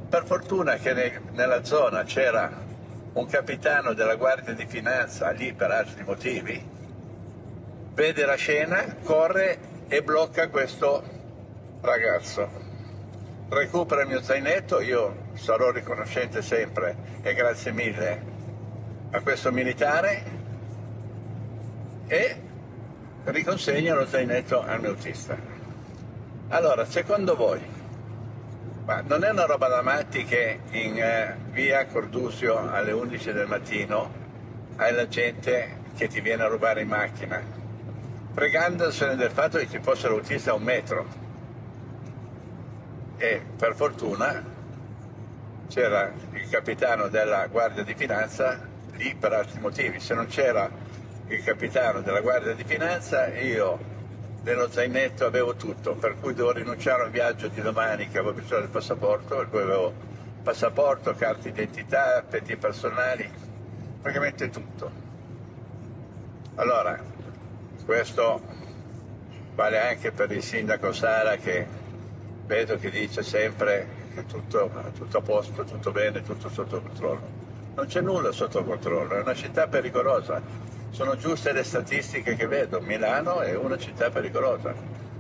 Per fortuna che ne- nella zona c'era un capitano della Guardia di Finanza lì per altri motivi, vede la scena, corre e blocca questo ragazzo. Recupera il mio zainetto, io sarò riconoscente sempre e grazie mille a questo militare e riconsegna lo zainetto al mio autista. Allora, secondo voi, ma non è una roba da matti che in eh, via Cordusio alle 11 del mattino hai la gente che ti viene a rubare in macchina, pregandosene del fatto che ci fosse l'autista a un metro. E per fortuna c'era il capitano della Guardia di Finanza lì per altri motivi. Se non c'era il capitano della Guardia di Finanza, io nello zainetto avevo tutto, per cui devo rinunciare a un viaggio di domani che avevo bisogno del passaporto, per cui avevo passaporto, carte d'identità, peti personali, praticamente tutto. Allora, questo vale anche per il sindaco Sara che vedo che dice sempre che tutto, tutto a posto, tutto bene, tutto sotto controllo. Non c'è nulla sotto controllo, è una città pericolosa. Sono giuste le statistiche che vedo, Milano è una città pericolosa.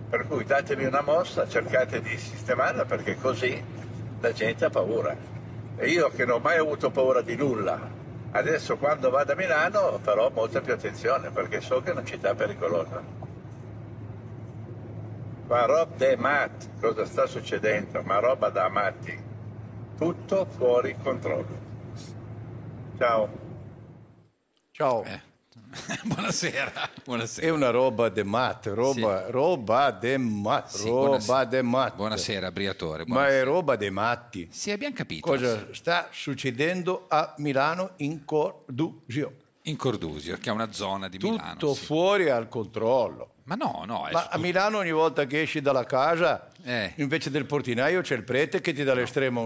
Per cui datevi una mossa, cercate di sistemarla perché così la gente ha paura. E io che non ho mai avuto paura di nulla, adesso quando vado a Milano farò molta più attenzione perché so che è una città pericolosa. Ma roba de matti, cosa sta succedendo? Ma roba da matti, tutto fuori controllo. Ciao. Ciao. Eh. Buonasera. Buonasera. È una roba de matte, roba, roba de matte, Sì, roba buonasera. de matte. Buonasera, Briatore. Ma è roba dei matti. Sì, abbiamo capito. Cosa sta succedendo a Milano in Cordusio? In Cordusio, che è una zona di Milano. Tutto fuori al controllo. Ma no, no. è Eh. Ma a tutto- Milano ogni volta che esci dalla casa, invece del portinaio c'è il prete che ti dà l'estrema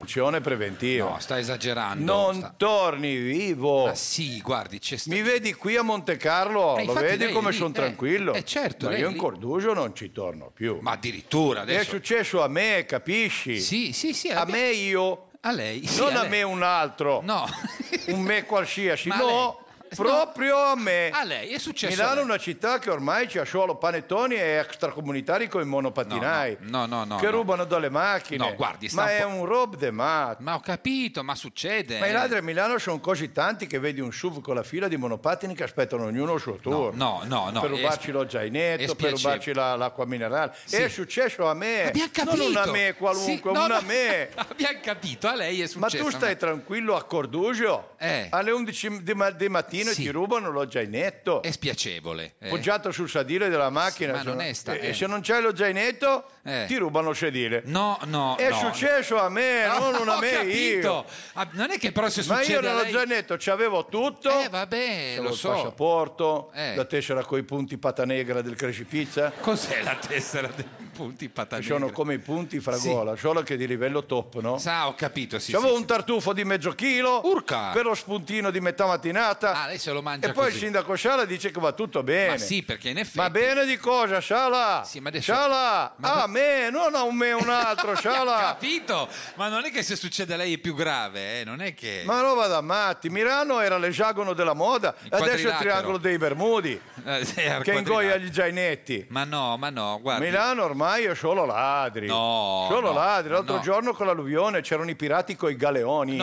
Unzione preventiva. No, sta esagerando. Non torni vivo. Ma sì, guardi, c'è sta... Mi vedi qui a Monte Carlo? Eh, Lo infatti vedi lei come lì, sono eh, tranquillo? eh, certo, Ma lei io in lì. Cordugio non ci torno più. Ma addirittura Che è adesso... successo a me, capisci? Sì, sì, sì. A me io. A lei. sì, non a, lei. me un altro. No. un me qualsiasi. Ma a no. Proprio a me. A lei, è successo a Milano è lei. una città che ormai c'ha solo panettoni e extracomunitari con i monopatinai. No, no, no. che no. rubano dalle macchine. No, guardi, sta ma un è po'- un rob de mat. Ma ho capito, ma succede. Ma i eh. ladri a Milano sono così tanti che vedi un SUV con la fila di monopattini che aspettano ognuno il suo turno. no, no, no, Per è rubarci sp- lo è zainetto, per spiacevole. rubarci la- l'acqua minerale. È successo a me. Abbiamo capito. Non una me qualunque, Sì, no, una no. me. Abbiamo capito, a lei è Ma successo. Eh. tu stai tranquillo a Cordugio? Alle 11 di, ma- di mattina Sì. ti rubano lo zainetto. È spiacevole. eh. Poggiato sul sedile della macchina. ma Se non no- è sta- e- e eh. se non c'hai lo zainetto, Eh. ti rubano il sedile. No, no, È no. successo a me, No, non ho a me io. capito. Ah, Non è che però se Ma succede io a nello lei- zainetto c'avevo tutto. Eh, vabbè, C'avevo lo il so. passaporto, Eh. la tessera con i punti patanegra del crescipizza. Cos'è la tessera dei punti Ci patanegra? sono come i punti fragola, solo che di livello top, no? Sa, ho capito, sì. C'avevo sì, un tartufo di mezzo chilo Urca! per lo spuntino di metà mattinata. Ah, lei se lo mangia e poi così. il sindaco Sciala dice che va tutto bene. Ma sì, perché in effetti... Ma bene di cosa, Sciala? Sì, ma adesso- Sciala! Ma- A me, non a un me, un altro, Ho Sciala! capito, ma non è che se succede a lei è più grave, eh? non è che... Ma roba da matti, Milano era l'esagono della moda, adesso è il quadrilatero. triangolo dei Bermudi Eh, sì, era che quadrilatero. ingoia gli giainetti. Ma no, ma no, guarda. Milano ormai è solo ladri. No, solo no, ladri. L'altro no. giorno con l'alluvione c'erano i pirati con i galeoni.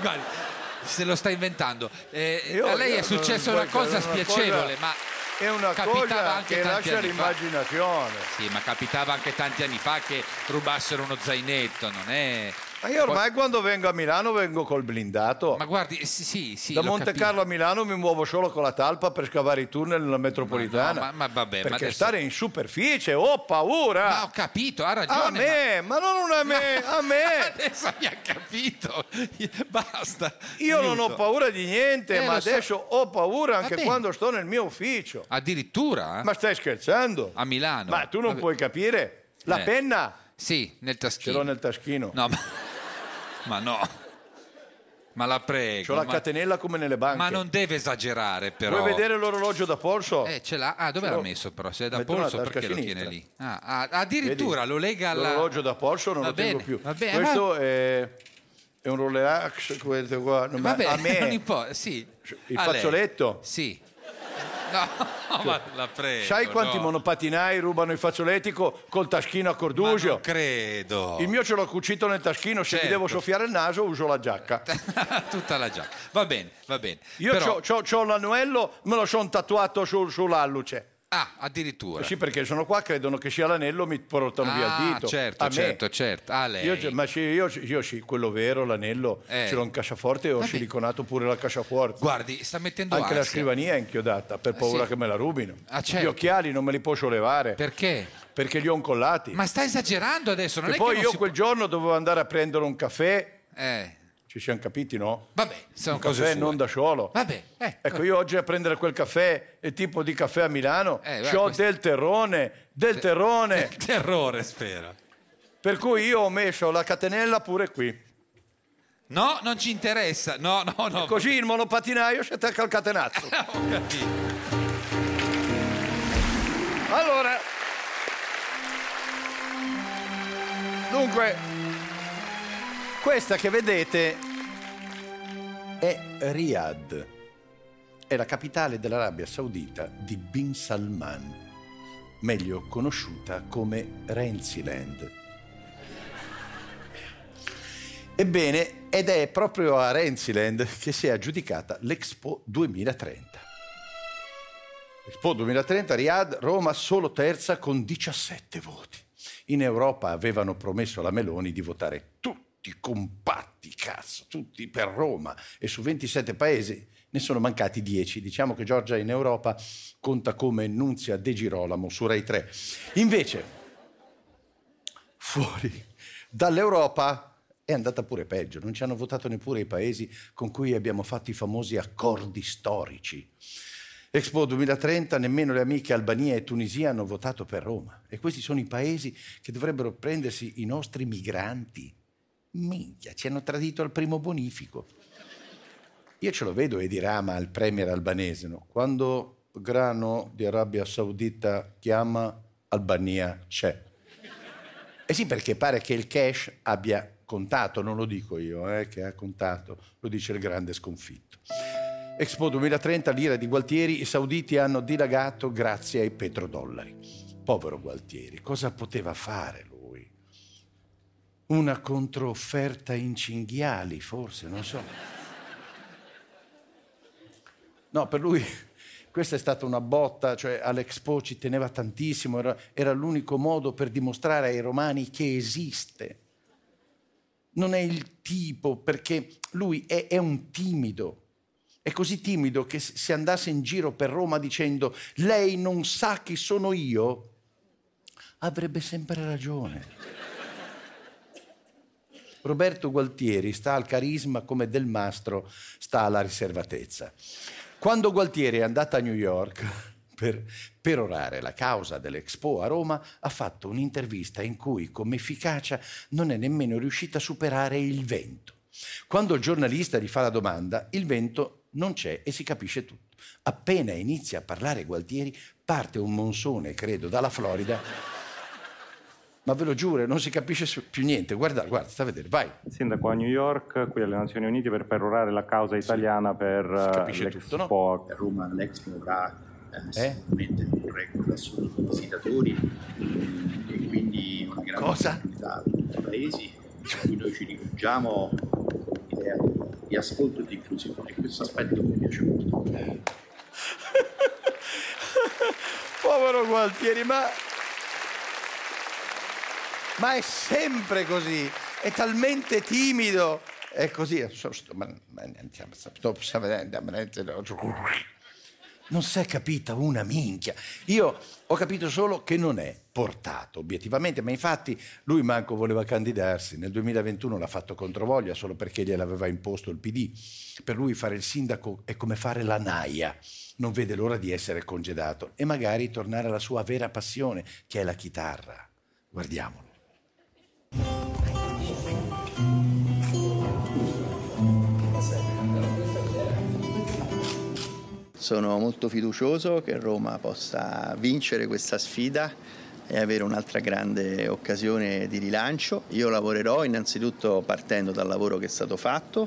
Guardi, se lo sta inventando. Eh, Io- a lei io è successa non- una cosa guarda, una spiacevole, cosa- ma È una capitava cosa anche che tanti lascia anni fa. l'immaginazione. Sì, ma capitava anche tanti anni fa che rubassero uno zainetto, non è... Ma io ormai quando vengo a Milano vengo col blindato. Ma guardi, eh, sì, sì, sì, da l'ho Monte capito. Carlo a Milano mi muovo solo con la talpa per scavare i tunnel nella metropolitana. ma- ma vabbè, ma Perché adesso- stare in superficie, ho paura! Ma ho capito, ha ragione. a me, ma... non a me, a me! Adesso abbiamo capito. Basta. Io non ho Aiuto. paura di niente, Eh, ma lo so. adesso ho paura anche bene. quando sto nel mio ufficio. Addirittura? eh? Ma stai scherzando? A Milano. Ma tu non Vabbè. puoi capire? La Eh. penna Sì, nel ce taschino. l'ho nel taschino. No, ma... ma no. Ma la prego. C'ho la Ecco, ma- catenella come nelle banche. Ma non deve esagerare, però. Vuoi vedere l'orologio da polso? Eh, ce l'ha. Ah, dove Ce l'ha l'ho. messo, però? Se è da Metto nella polso, tasca perché lo sinistra. tiene lì? Ah, ah, addirittura Vedi? lo lega alla. L'orologio da polso non Va lo tengo bene, più. va bene, Ah, Questo è, è un Rolex, questo qua. No, ma Vabbè, a me non importa, sì. il A lei. fazzoletto. Sì. No, ma la prego. Sai quanti no. monopatinai rubano i fazzoletti co- col taschino a cordugio? Credo. Il mio ce l'ho cucito nel taschino, se mi Certo. Eh, devo soffiare il naso uso la giacca. Tutta la giacca. Va bene, va bene. Io Però- c'ho, c'ho- c'ho l'anello, me lo sono tatuato sul, sull'alluce. Ah, addirittura. Sì, perché sono qua, credono che sia l'anello, mi portano via ah, il dito. certo, a me. certo, certo. Ah, lei. Io, ce- ma sì, io, io sì, quello vero, l'anello, Eh. ce l'ho in cassaforte e ho Vabbè. siliconato pure la cassaforte. Guardi, sta mettendo Anche la ansia. Eh, scrivania è inchiodata per paura sì. che me la rubino. Ah, certo. Gli occhiali non me li posso levare Perché? perché li ho incollati. Ma sta esagerando adesso, non e è poi che non io si... quel giorno dovevo andare a prendere un caffè, Eh, ci siamo capiti, no? vabbè, sono Un cose caffè sue. non da solo. Vabbè, eh, Ecco, io oggi a prendere quel caffè, il tipo di caffè a Milano, Eh, guarda, ho questo- Eh, del terrone, del terrone, terrore, spero. per cui io ho messo la catenella pure qui. No, non ci interessa. No, no, no. Eh, Così il monopatinaio si attacca al catenazzo. Ho capito. Allora, dunque, questa che vedete è Riyadh, è la capitale dell'Arabia Saudita di Bin Salman, meglio conosciuta come Renziland. Ebbene, ed è proprio a Renziland che si è aggiudicata l'Expo 2030. Expo 2030 Riyadh, Roma solo terza con 17 voti. In Europa avevano promesso alla Meloni di votare tutti compatti, cazzo, tutti per Roma e su 27 paesi ne sono mancati 10. Diciamo che Giorgia in Europa conta come Nunzia De Girolamo su Rai 3. Invece, fuori dall'Europa è andata pure peggio, non ci hanno votato neppure i paesi con cui abbiamo fatto i famosi accordi storici. Expo 2030 nemmeno le amiche Albania e Tunisia hanno votato per Roma e questi sono i paesi che dovrebbero prendersi i nostri migranti. Minchia, ci hanno tradito al primo bonifico. Io ce lo vedo Edi Rama, il premier albanese, no? quando Grano di Arabia Saudita chiama Albania c'è. E sì, perché pare che il cash abbia contato, non lo dico io, eh, che ha contato, lo dice il grande sconfitto. Expo 2030, l'ira di Gualtieri, i sauditi hanno dilagato grazie ai petrodollari. Povero Gualtieri, cosa poteva fare lui? Una controfferta in cinghiali, forse, non so. No, per lui questa è stata una botta, cioè all'Expo ci teneva tantissimo, era, era l'unico modo per dimostrare ai romani che esiste non è il tipo, perché lui è, è, un timido. È così timido che se andasse in giro per Roma dicendo lei non sa chi sono io, avrebbe sempre ragione. Roberto Gualtieri sta al carisma come Del Mastro sta alla riservatezza. Quando Gualtieri è andata a New York per perorare la causa dell'Expo a Roma, ha fatto un'intervista in cui, come efficacia, non è nemmeno riuscita a superare il vento. Quando il giornalista gli fa la domanda, il vento non c'è e si capisce tutto. Appena inizia a parlare Gualtieri, parte un monsone, credo, dalla Florida. Ma ve lo giuro, non si capisce più niente. Guarda, guarda, sta a vedere, vai. Sindaco a New York, qui alle Nazioni Unite, per perorare la causa italiana sì. per si capisce l'Expo. Tutto, no? A Roma l'Expo va sicuramente un record assoluto di visitatori eh, e quindi una grande Cosa? da tutti i paesi a cui noi ci rifugiamo l'idea di, di ascolto e di inclusione questo aspetto mi piace molto povero Gualtieri ma ma è sempre così è talmente timido è così non si è capita una minchia. Io ho capito solo che non è portato obiettivamente, ma infatti lui manco voleva candidarsi. Nel 2021 l'ha fatto controvoglia solo perché gliel'aveva imposto il PD. Per lui fare il sindaco è come fare la naia. Non vede l'ora di essere congedato e magari tornare alla sua vera passione, che è la chitarra. Guardiamolo. Sono molto fiducioso che Roma possa vincere questa sfida e avere un'altra grande occasione di rilancio. Io lavorerò innanzitutto partendo dal lavoro che è stato fatto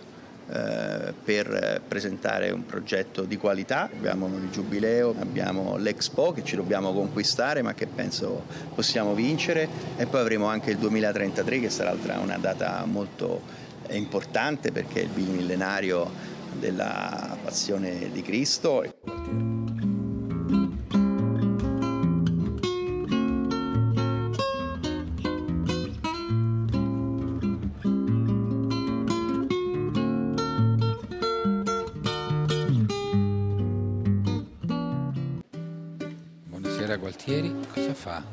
eh, per presentare un progetto di qualità. Abbiamo il giubileo, abbiamo l'Expo che ci dobbiamo conquistare ma che penso possiamo vincere e poi avremo anche il 2033 che sarà una data molto importante perché è il bimillenario della passione di Cristo. Buonasera Gualtieri, cosa fa?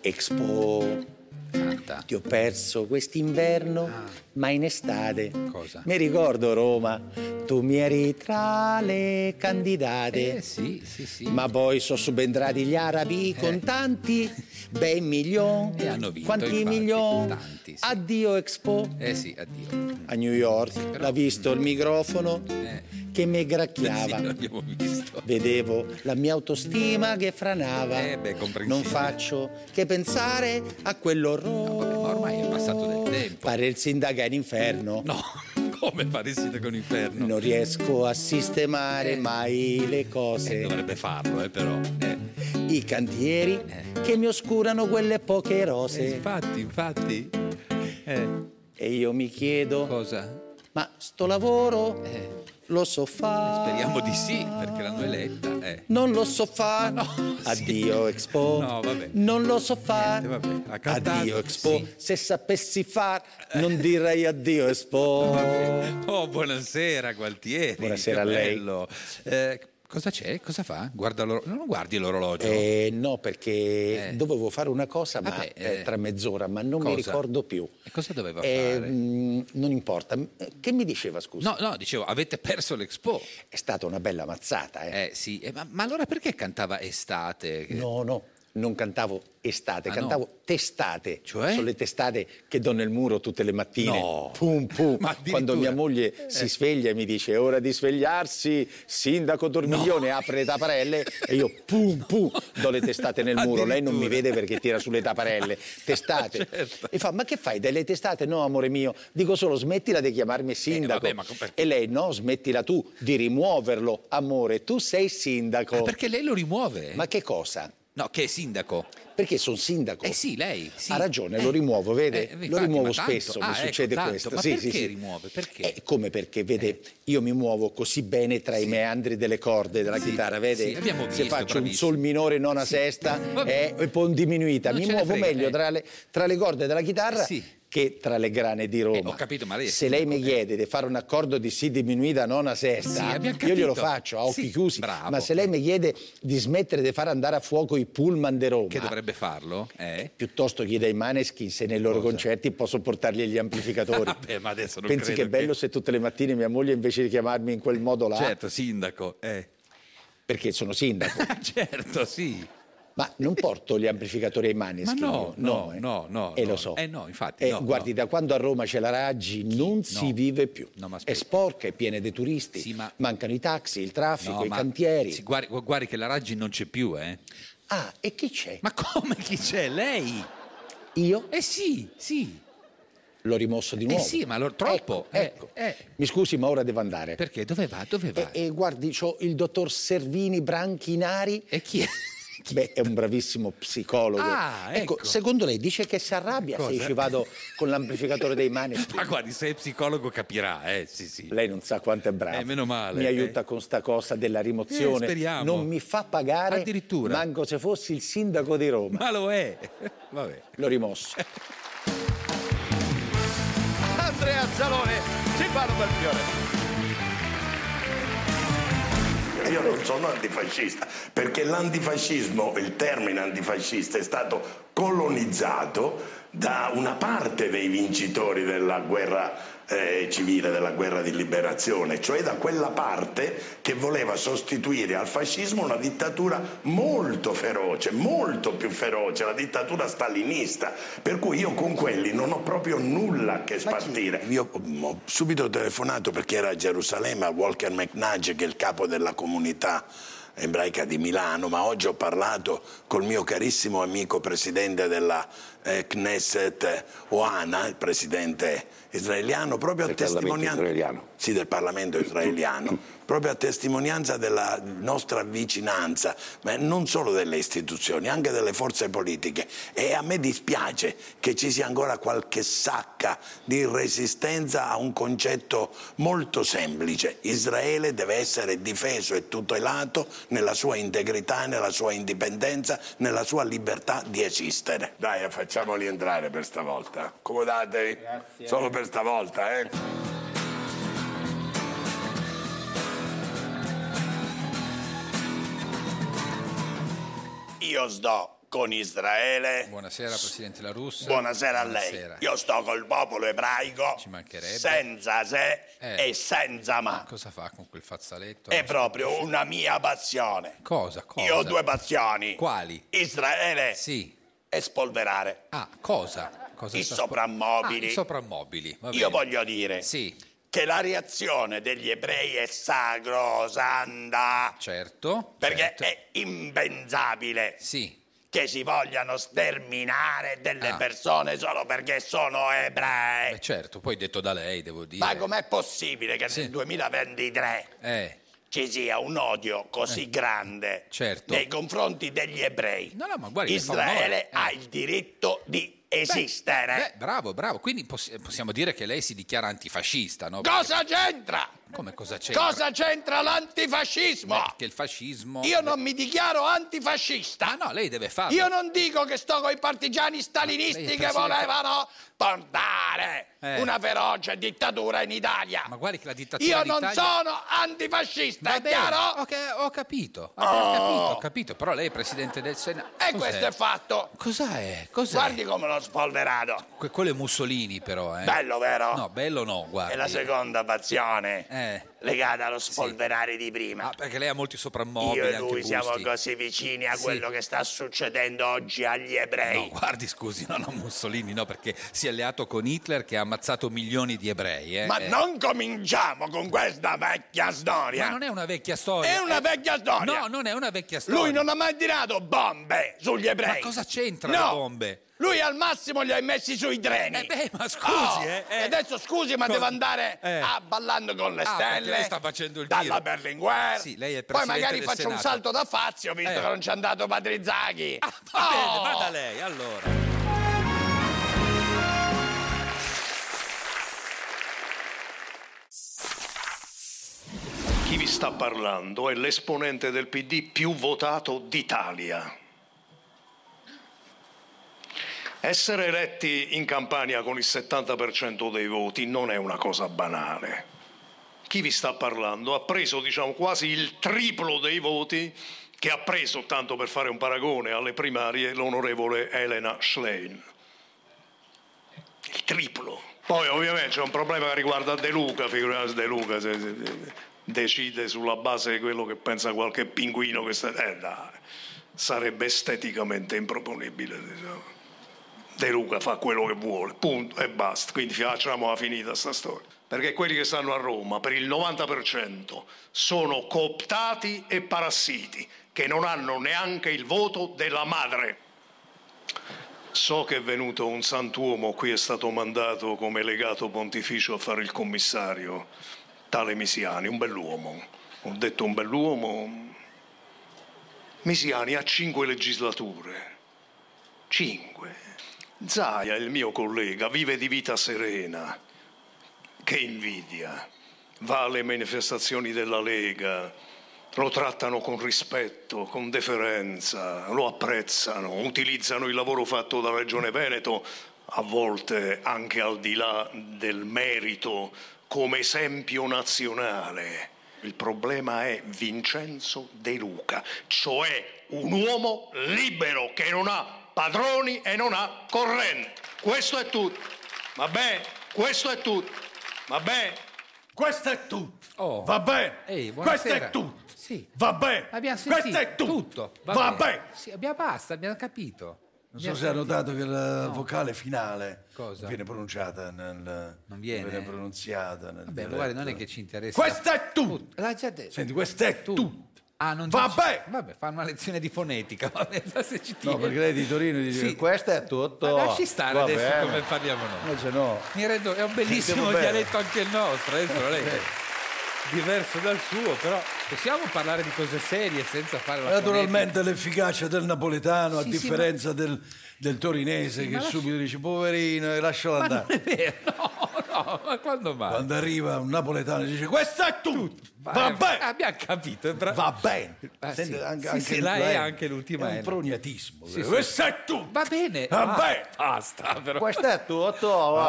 Expo. Canta. Ti ho perso quest'inverno, Ah. ma in estate. Cosa? Mi ricordo Roma, tu mi eri tra le candidate. Eh sì, sì, sì. Eh. Ma poi sono subentrati gli arabi con tanti bei milioni. E hanno vinto, Quanti infatti, milioni? tanti, sì. Addio Expo. Eh sì, addio. A New York l'ha visto il microfono che mi gracchiava. Sì, l'abbiamo visto. Vedevo la mia autostima che franava. Eh, beh, comprensibile. non faccio che pensare a quell'orrore. ma ormai è passato del tempo. Fare il sindaco è un inferno. No, come fare il sindaco in inferno? Eh. Non riesco a sistemare mai le cose. Dovrebbe farlo, eh, però. Eh. di cantieri che mi oscurano quelle poche rose. Eh, infatti, infatti. Eh. E io mi chiedo... Cosa? Ma sto lavoro Eh. lo so fare. Speriamo di sì, perché l'hanno eletta. Eh. Non lo so fare. Addio Expo. No, vabbè. Non lo so fare. Ha cantato, Addio Expo. sì. Se sapessi far, non direi addio Expo. Oh, buonasera Gualtieri. Buonasera che a lei. bello. Eh, cosa c'è? Cosa fa? Guarda l'or- non guardi l'orologio. Eh. Eh, no, perché dovevo fare una cosa ma, Vabbè, eh, eh. tra mezz'ora, ma non mi Cosa? ricordo più. E cosa doveva Eh, fare? mh, non importa. Eh, Che mi diceva, scusa? No, no, dicevo, avete perso l'Expo. È stata una bella mazzata, eh. sì, eh, ma, ma allora perché cantava estate? Che- No, no, non cantavo estate, Ah, cantavo no? testate. Cioè? Sono le testate che do nel muro tutte le mattine. No. Pum, pum. Ma addirittura. Eh. Quando mia moglie si sveglia e mi dice "È ora di svegliarsi, sindaco Dormiglione apre le tapparelle e io pum, pum, do le testate nel muro. Lei non mi vede perché tira sulle tapparelle. Cioè. Testate. Certo. E fa, ma che fai delle testate? No, amore mio, dico solo smettila di chiamarmi sindaco. Eh, vabbè, ma com- perché? e lei, no, smettila tu di rimuoverlo, amore, tu sei sindaco. Ah, Perché eh? lei lo rimuove? Ma che cosa? No, che è sindaco. Perché sono sindaco. Eh sì, lei. sì. Ha ragione, Eh. lo rimuovo, vede? Eh, infatti, lo rimuovo ma tanto. spesso, Ah, mi ecco, succede tanto. questo. Ma Sì, perché sì, sì. rimuove? Perché? Eh, come perché, vede, io mi muovo così bene tra i meandri delle corde della chitarra, vede? sì, abbiamo Se visto, faccio un bravissimo. sol minore, nona sesta eh, e poi un diminuita, Non mi ce ne muovo frega, meglio eh. tra, le, tra le corde della chitarra Sì. Eh, che tra le grane di Roma. ho capito, ma lei è Se lei mi chiede di fare un accordo di si diminuita, nona Sì, sesta, abbiamo io glielo capito. faccio a occhi Sì, chiusi. bravo. Ma se lei mi chiede di smettere di far andare a fuoco i pullman di Roma, Che dovrebbe farlo? Eh? piuttosto chieda ai Maneskin se nei loro concerti posso portargli gli amplificatori. Vabbè, ma adesso non Pensi credo che è bello se tutte le mattine mia moglie invece di chiamarmi in quel modo là, Certo, sindaco. Eh. perché sono sindaco, certo, sì. ma non porto gli amplificatori ai Maneskin. Ma io, no, no, eh. no, no, E no. lo so. Eh no, infatti, no, guardi, da quando a Roma c'è la Raggi non si vive più. No, ma è aspetta. sporca, è piena di turisti, Sì, ma- mancano i taxi, il traffico, No, i ma- cantieri. sì, guardi, gu- guardi che la Raggi non c'è più, eh. Ah, e chi c'è? Ma come chi c'è? Cioè, Lei? Io Eh sì, sì. l'ho rimosso di Eh nuovo. sì, ma allora troppo. Ecco, eh, ecco. eh. Mi scusi, ma ora devo andare. Perché? Dove va? Dove va? E, e guardi, c'ho il dottor Servini Branchinari. E chi è? Beh, è un bravissimo psicologo. Ah, ecco. secondo lei dice che si arrabbia se Cosa? Eh, io ci vado con l'amplificatore dei mani. Ma guardi, se è psicologo capirà, eh, sì, sì. Lei non sa quanto è bravo. Eh, meno male, Mi eh. aiuta con sta cosa della rimozione. Eh, speriamo. Non mi fa pagare. Addirittura. Manco se fossi il sindaco di Roma. Ma lo è. Vabbè. L'ho rimosso. Andrea Zalone, Silvano Belfiore. Io non sono antifascista, perché l'antifascismo, il termine antifascista è stato colonizzato da una parte dei vincitori della guerra eh, civile, della guerra di liberazione, cioè da quella parte che voleva sostituire al fascismo una dittatura molto feroce, molto più feroce, la dittatura stalinista, per cui io con quelli non ho proprio nulla che spartire. Io ho subito telefonato perché era a Gerusalemme a Walker McNudge, che è il capo della comunità ebraica di Milano, ma oggi ho parlato col mio carissimo amico presidente della eh, Knesset Oana, il presidente israeliano, proprio a testimonianza Sì, del Parlamento israeliano, proprio a testimonianza della nostra vicinanza, ma non solo delle istituzioni, anche delle forze politiche. E a me dispiace che ci sia ancora qualche sacca di resistenza a un concetto molto semplice. Israele deve essere difeso e tutelato nella sua integrità, nella sua indipendenza, nella sua libertà di esistere. Dai, facciamoli entrare per stavolta. Accomodatevi. Solo per stavolta, eh. Io sto con Israele. Buonasera, Presidente La Russa. Buonasera a lei. Buonasera. Io sto col popolo ebraico. Ci mancherebbe. Senza se Eh. e senza ma. Cosa fa con quel fazzaletto? È proprio una mia passione. Cosa? Cosa? Io ho due passioni. Quali? Israele Sì. e spolverare. Ah, cosa? cosa I sta- soprammobili. Ah, I soprammobili. va Io bene. voglio dire Sì, che la reazione degli ebrei è sacrosanta. certo. Perché certo. è impensabile Sì. che si vogliano sterminare delle Ah. persone solo perché sono ebrei. Beh, certo, poi detto da lei, devo dire. Ma com'è possibile che nel 2023 Eh, ci sia un odio così grande nei confronti degli ebrei. Certo. guardi, le fa eh. onore. Israele ha il diritto di esistere. Beh, bravo, bravo. Quindi possi- possiamo dire che lei si dichiara antifascista, no? Cosa c'entra? Come cosa c'entra? Cosa c'entra l'antifascismo? Beh, Che il fascismo... Io non mi dichiaro antifascista. Ah, no, lei deve farlo. Io non dico che sto con i partigiani stalinisti Ma lei, che Presidente- volevano portare Eh. una feroce dittatura in Italia. Ma guardi che la dittatura Io non d'Italia- sono antifascista, Va è bene, chiaro? Oh. ho capito. Ah, beh, ho capito, ho capito, però lei è presidente del Senato. E questo è fatto. Cos'è? Cos'è? Guardi come l'ho spolverato. Que- quello è Mussolini, però. Eh. Bello, vero? No, bello no, guarda. È la seconda passione Eh. Ah, legata allo spolverare di prima. Perché lei ha molti soprammobili. Io e anche lui siamo gusti. così vicini a Sì. quello che sta succedendo oggi agli ebrei. No, guardi, scusi, non a Mussolini, no, perché si è alleato con Hitler che ha ammazzato milioni di ebrei. eh. Ma Eh. non cominciamo con questa vecchia storia. Ma non è una vecchia storia. È una Eh, vecchia storia. No, non è una vecchia storia. Lui non ha mai tirato bombe sugli ebrei. Ma cosa c'entra No. le bombe? Lui al massimo li ha messi sui treni. Eh beh, ma scusi, eh, eh. E adesso scusi, ma Cosa? devo andare Eh. a ballando con le Ah, perché stelle. lei sta facendo il dalla giro. Berlinguer. Sì, lei è il Poi presidente magari del faccio un Senato. salto da Fazio, visto Eh. Ah, che non c'è andato Padrizaghi. Va bene, Oh! vada lei, allora. Chi vi sta parlando è l'esponente del PD più votato d'Italia. Essere eletti in Campania con il 70% dei voti non è una cosa banale. Chi vi sta parlando ha preso diciamo, quasi il triplo dei voti che ha preso, tanto per fare un paragone, alle primarie l'onorevole Elena Schlein. Il triplo. Poi ovviamente c'è un problema che riguarda De Luca, figurarsi De Luca se, se- se- decide sulla base di quello che pensa qualche pinguino che sta... eh, dai, sarebbe esteticamente improponibile, diciamo. De Luca fa quello che vuole, punto e basta. Quindi facciamo la finita sta storia. Perché quelli che stanno a Roma per il 90% sono cooptati e parassiti che non hanno neanche il voto della madre. So che è venuto un santuomo qui, è stato mandato come legato pontificio a fare il commissario, tale Misiani, un bell'uomo. Ho detto un bell'uomo. Misiani ha cinque legislature. Cinque. Zaia, il mio collega, vive di vita serena. Che invidia. Va alle manifestazioni della Lega. Lo trattano con rispetto, con deferenza, lo apprezzano, utilizzano il lavoro fatto dalla Regione Veneto, a volte anche al di là del merito, come esempio nazionale. Il problema è Vincenzo De Luca, cioè un uomo libero che non ha padroni e non ha corrente. Questo è tutto. Vabbè, questo è tutto. Vabbè. Questo è tutto. Vabbè. Questo Oh. buonasera. è tutto. Ah, Sì. Vabbè. Abbiamo sentito Questo è tutto. Va Vabbè. bene. Sì, abbiamo basta, abbiamo capito. Non so se ha notato che la No. vocale finale Cosa? viene pronunciata nel. Non viene? pronunciata nel. Vabbè, ma dialetto. guardi, non è che ci interessa. Questo è tutto! L'ha già detto. Senti, questo è tutto! Ah, non Vabbè! dice- Vabbè, fa una lezione di fonetica. Vabbè, se ci No, tiene. perché lei di Torino dice Sì. questo è tutto. Ma lasci stare Va adesso bene. come parliamo noi. Invece no. Mi rendo- è un Sentiamo bellissimo Eh, bene. Eh, dialetto anche il nostro, adesso non è che- diverso dal suo, però possiamo parlare di cose serie senza fare la Naturalmente l'efficacia del napoletano, a Sì, sì, differenza del, del torinese Sì, che ma lasci- subito dice poverino e lascialo Ma non andare. fonetica. No, ma quando mai? Quando arriva un napoletano e dice questo è tutto, va bene, abbiamo capito, è bravo. va bene. Ah, sì. Senti, Sì, sì, la E anche l'ultima È un N. prognatismo. Sì, sì. Questo è tutto, Va bene. va ah, bene. Basta, però. Eh, Questo è tutto, va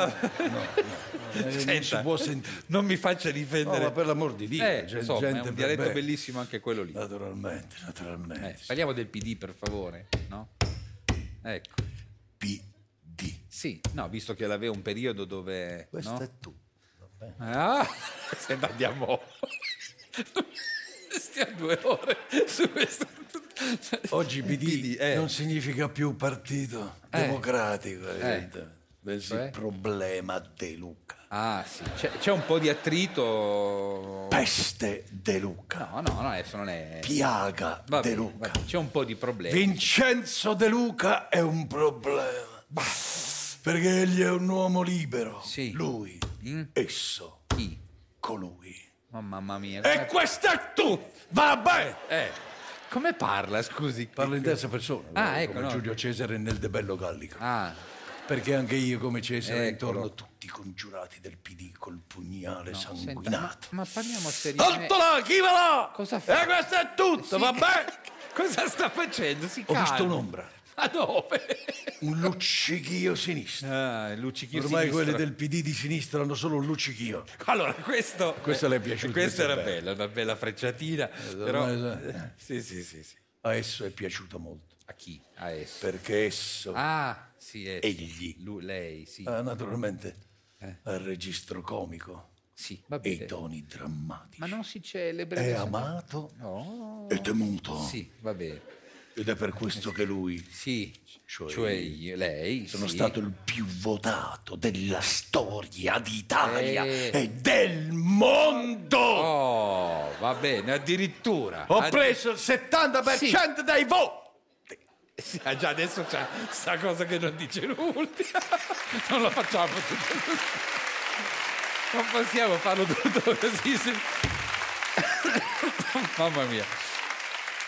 Ah. bene. Eh, non si Senta, può sentire. Non mi faccia difendere. No, ma per l'amor di Dio, Eh, c'è insomma, gente è per un dialetto bene. bellissimo anche quello lì. Naturalmente, naturalmente. Eh, parliamo del PD, per favore, no? Ecco. PD. Sì, no, visto che l'aveva un periodo dove... Questo no? è tutto. Ah, se andiamo... Stiamo due ore su questo... Oggi PD, PD, eh. non significa più partito Eh. democratico, Eh. evidentemente, bensì Cioè? problema De Luca. Ah, sì, c'è, c'è un po' di attrito... Peste De Luca, No, no, no, adesso non è... piaga Va De bene, Luca. va bene, c'è un po' di problemi. Vincenzo De Luca è un problema. Perché egli è un uomo libero. Lui, esso, Mm? Chi? colui. Oh, mamma mia. E questo è tu! Vabbè! Eh, come parla, scusi? Parla in terza persona, Ah, eh, ecco, come no. Giulio Cesare nel De Bello Gallico. Ah. Ecco. Perché anche io come Cesare Eccolo. intorno tutti congiurati del PD col pugnale No, senta, sanguinato. ma, ma parliamo seriamente. Alto là, chi va là? Cosa fa? E questo è tutto, Sì. vabbè! Cosa sta facendo? Si Ho calmi. visto un'ombra, Ma dove? un luccichio sinistro. Ah, il luccichio Ormai sinistro. quelli del PD di sinistra hanno solo un luccichio. Allora, questo... Questo le è piaciuto, Questo questo è era bello. Eh, bello, una bella frecciatina. Però... ormai- Sì, sì, sì, sì. A esso è piaciuto molto. A chi? A esso. Perché esso, Ah, sì, esso. egli, Lui- lei, sì. Eh. ha naturalmente al registro comico sì, e i toni drammatici. Ma non si celebra. È adesso. amato No. e temuto. Sì, va bene. Ed è per questo che lui, cioè, Cioè io- lei, sono sì. stato il più votato della storia d'Italia Eh. e del mondo. Oh, va bene, addirittura. Ho Addi- preso il 70% dei voti. Sì, ah, già adesso c'è sta cosa che non dice l'ultima. Non la facciamo tutto così. Non possiamo farlo tutto così. se- Mamma mia.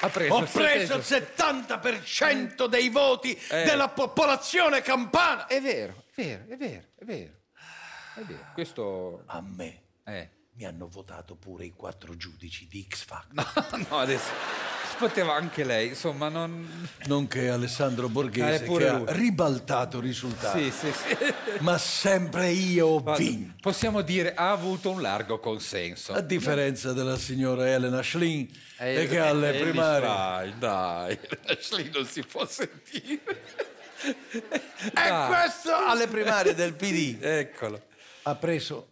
Ha Eh, preso Ho il preso il 70% dei voti della popolazione campana. È vero, è vero, è vero, è vero. È vero. Questo... A me Eh. mi hanno votato pure i quattro giudici di X Factor. No, adesso... Poteva anche lei, insomma, non... Nonché Alessandro Borghese Eh, pure che lui. ha ribaltato il risultato. Sì, sì, sì. Ma sempre io ho Guarda, vinto. Possiamo dire ha avuto un largo consenso. A differenza della signora Elena Schling, Certo. Eh, e che alle eh, primarie. Dai, dai, Ashley non si può sentire. Ah. E Eh, questo alle primarie del PD Eccolo. ha preso